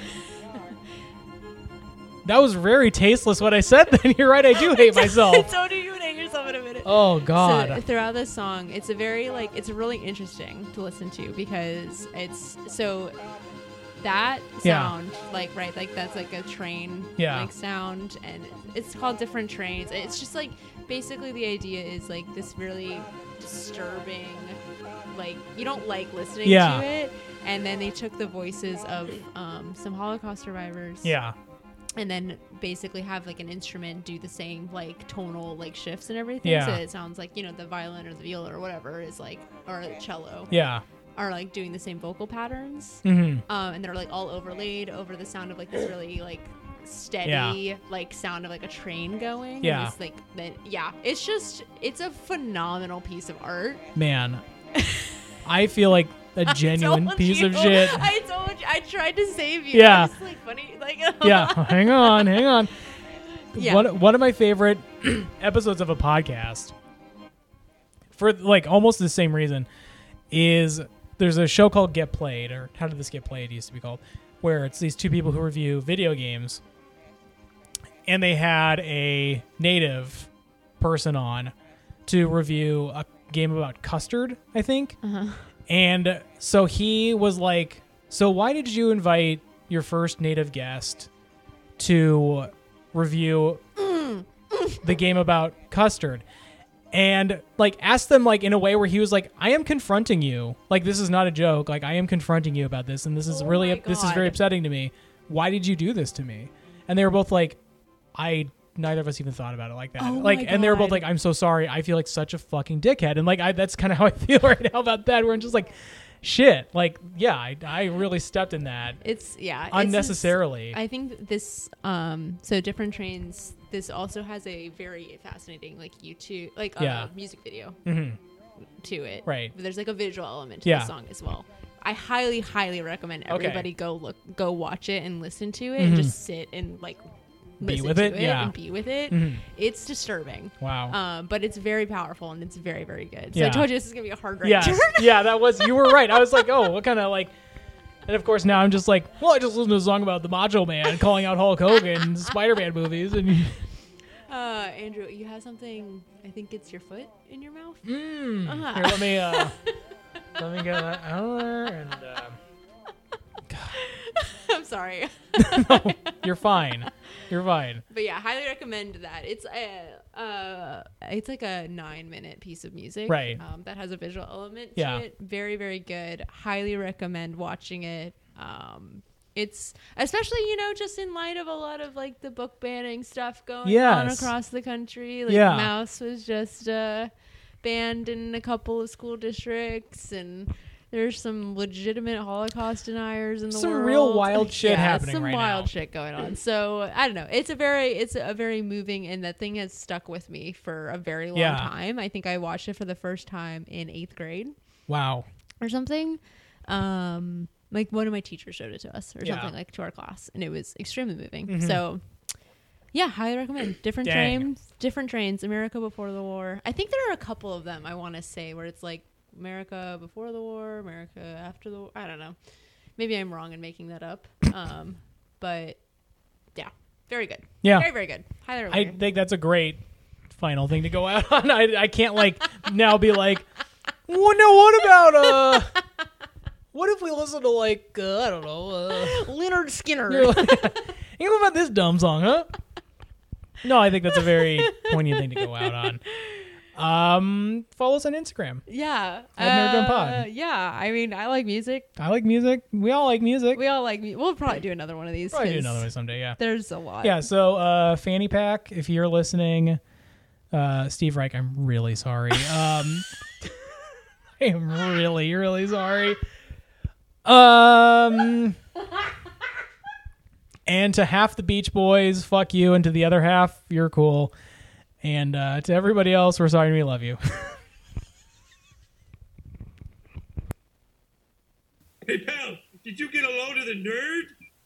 [SPEAKER 1] that was very tasteless what I said then. [LAUGHS] You're right, I do hate
[SPEAKER 2] [LAUGHS]
[SPEAKER 1] myself.
[SPEAKER 2] Don't do you hate yourself in a minute.
[SPEAKER 1] Oh
[SPEAKER 2] So
[SPEAKER 1] god.
[SPEAKER 2] throughout this song, it's a very like it's really interesting to listen to because it's so that
[SPEAKER 1] Yeah.
[SPEAKER 2] sound like right like that's like a train
[SPEAKER 1] Yeah.
[SPEAKER 2] like sound and it's called different trains. It's just like basically the idea is like this really disturbing like you don't like listening
[SPEAKER 1] Yeah.
[SPEAKER 2] to it and then they took the voices of um, some Holocaust survivors
[SPEAKER 1] yeah.
[SPEAKER 2] and then basically have like an instrument do the same like tonal like shifts and everything so
[SPEAKER 1] Yeah.
[SPEAKER 2] it sounds like you know the violin or the viola or whatever is like or the cello
[SPEAKER 1] Yeah.
[SPEAKER 2] are like doing the same vocal patterns
[SPEAKER 1] Mhm.
[SPEAKER 2] um, and they're like all overlaid over the sound of like this really like steady like sound of like a train going and
[SPEAKER 1] Yeah.
[SPEAKER 2] it's, like that yeah it's just it's a phenomenal piece of art [LAUGHS]
[SPEAKER 1] Man. I feel like a [LAUGHS] genuine
[SPEAKER 2] told
[SPEAKER 1] piece of
[SPEAKER 2] you. [LAUGHS]
[SPEAKER 1] shit.
[SPEAKER 2] i told you i tried to save you
[SPEAKER 1] Yeah.
[SPEAKER 2] [LAUGHS] it's like funny like
[SPEAKER 1] yeah, hang on, hang on.
[SPEAKER 2] Yeah.
[SPEAKER 1] One one of my favorite [CLEARS THROAT] episodes of a podcast for like almost the same reason is there's a show called Get Played or How Did This Get Played used to be called where it's these two people who review video games and they had a native person on to review a game about custard, I think.
[SPEAKER 2] Uh-huh.
[SPEAKER 1] And so he was like, So why did you invite your first native guest to
[SPEAKER 2] [CLEARS THROAT]
[SPEAKER 1] review the game about custard? And like asked them like in a way where he was like, I am confronting you. Like this is not a joke. Like I am confronting you about this and this is
[SPEAKER 2] Oh
[SPEAKER 1] really
[SPEAKER 2] my
[SPEAKER 1] this is very
[SPEAKER 2] God.
[SPEAKER 1] upsetting to me. Why did you do this to me? And they were both like, I neither of us even thought about it like that.
[SPEAKER 2] Oh
[SPEAKER 1] like
[SPEAKER 2] my
[SPEAKER 1] and they were both
[SPEAKER 2] God.
[SPEAKER 1] like, I'm so sorry. I feel like such a fucking dickhead. And like I that's kinda how I [LAUGHS] feel right now about that, where I'm just like, shit. Like, yeah, I, I really stepped in that
[SPEAKER 2] it's yeah it's just-
[SPEAKER 1] unnecessarily.
[SPEAKER 2] I think this um so different trains this also has a very fascinating like YouTube like uh,
[SPEAKER 1] Yeah. Mm-hmm.
[SPEAKER 2] music video to it.
[SPEAKER 1] Right.
[SPEAKER 2] But there's like a visual element to
[SPEAKER 1] Yeah.
[SPEAKER 2] the song as well. I highly highly recommend
[SPEAKER 1] Okay. Mm-hmm.
[SPEAKER 2] everybody go look go watch it and listen to it and just sit and like listen
[SPEAKER 1] with
[SPEAKER 2] to
[SPEAKER 1] it? Yeah. Mm-hmm.
[SPEAKER 2] and be with it. It's disturbing.
[SPEAKER 1] wow.
[SPEAKER 2] Um, but it's very powerful and it's very very good. So
[SPEAKER 1] Yeah.
[SPEAKER 2] I told you this is gonna be a hard right [LAUGHS]
[SPEAKER 1] yeah.
[SPEAKER 2] turn.
[SPEAKER 1] yeah, that was you were right. I was like, oh, what kind of like and of course now I'm just like, well, I just listened to a song about the Macho Man calling out Hulk Hogan, Spider Man movies and [LAUGHS]
[SPEAKER 2] Uh, Andrew, you have something. I think it's your foot in your mouth. [LAUGHS]
[SPEAKER 1] Mm.
[SPEAKER 2] Uh-huh.
[SPEAKER 1] Here, let me uh, let me get that out there, and uh, [LAUGHS]
[SPEAKER 2] I'm sorry.
[SPEAKER 1] you're fine. You're fine.
[SPEAKER 2] But yeah, highly recommend that. It's a uh, it's like a nine minute piece of music,
[SPEAKER 1] Right.
[SPEAKER 2] Um, that has a visual element
[SPEAKER 1] Yeah.
[SPEAKER 2] to it. Very very good. Highly recommend watching it. Um, it's especially you know just in light of a lot of like the book banning stuff going on
[SPEAKER 1] Yes.
[SPEAKER 2] across the country. Like
[SPEAKER 1] Yeah.
[SPEAKER 2] Mouse was just uh, banned in a couple of school districts and. There's some legitimate Holocaust deniers in the
[SPEAKER 1] Some
[SPEAKER 2] world.
[SPEAKER 1] real
[SPEAKER 2] [LAUGHS]
[SPEAKER 1] wild shit
[SPEAKER 2] Yeah,
[SPEAKER 1] happening
[SPEAKER 2] Some
[SPEAKER 1] right
[SPEAKER 2] wild
[SPEAKER 1] now.
[SPEAKER 2] shit going on. So I don't know. It's a very it's a very moving and that thing has stuck with me for a very long
[SPEAKER 1] Yeah.
[SPEAKER 2] time. I think I watched it for the first time in eighth grade
[SPEAKER 1] Wow.
[SPEAKER 2] or something. Um, like one of my teachers showed it to us or
[SPEAKER 1] Yeah. Mm-hmm.
[SPEAKER 2] something like to our class, and it was extremely moving. So, yeah, highly recommend. Different
[SPEAKER 1] Dang.
[SPEAKER 2] trains, different trains. America before the war. I think there are a couple of them I want to say where it's like America before the war, America after the. war. I don't know. Maybe I'm wrong in making
[SPEAKER 1] [COUGHS]
[SPEAKER 2] that up. Um, but yeah, very good.
[SPEAKER 1] Yeah.
[SPEAKER 2] very very good. Highly
[SPEAKER 1] I
[SPEAKER 2] recommend.
[SPEAKER 1] think that's a great final thing to go out [LAUGHS] on. I, I can't like now be like, well, now what about
[SPEAKER 2] [LAUGHS]
[SPEAKER 1] uh, what if we listen to like uh, I don't know, uh,
[SPEAKER 2] [LAUGHS]
[SPEAKER 1] [LAUGHS]
[SPEAKER 2] Leonard Skinner.
[SPEAKER 1] you're like, you know about this dumb song, huh? No, I think that's a very poignant thing to go out on. Um, follow us on Instagram.
[SPEAKER 2] yeah,
[SPEAKER 1] At Nerd Drum Pod.
[SPEAKER 2] uh, Yeah, I mean, I like music.
[SPEAKER 1] I like music. We all like music.
[SPEAKER 2] We all like. mu- We'll probably do another one of these.
[SPEAKER 1] Probably do
[SPEAKER 2] 'cause
[SPEAKER 1] another one someday. Yeah.
[SPEAKER 2] There's a lot.
[SPEAKER 1] Yeah. So, uh, fanny pack. If you're listening, uh, Steve Reich, I'm really sorry. Um, I am really, really sorry. Um, and to half the Beach Boys, fuck you, and to the other half, you're cool. And uh, to everybody else, we're sorry and we love you. [LAUGHS]
[SPEAKER 6] Hey, pal, did you get a load of the nerd?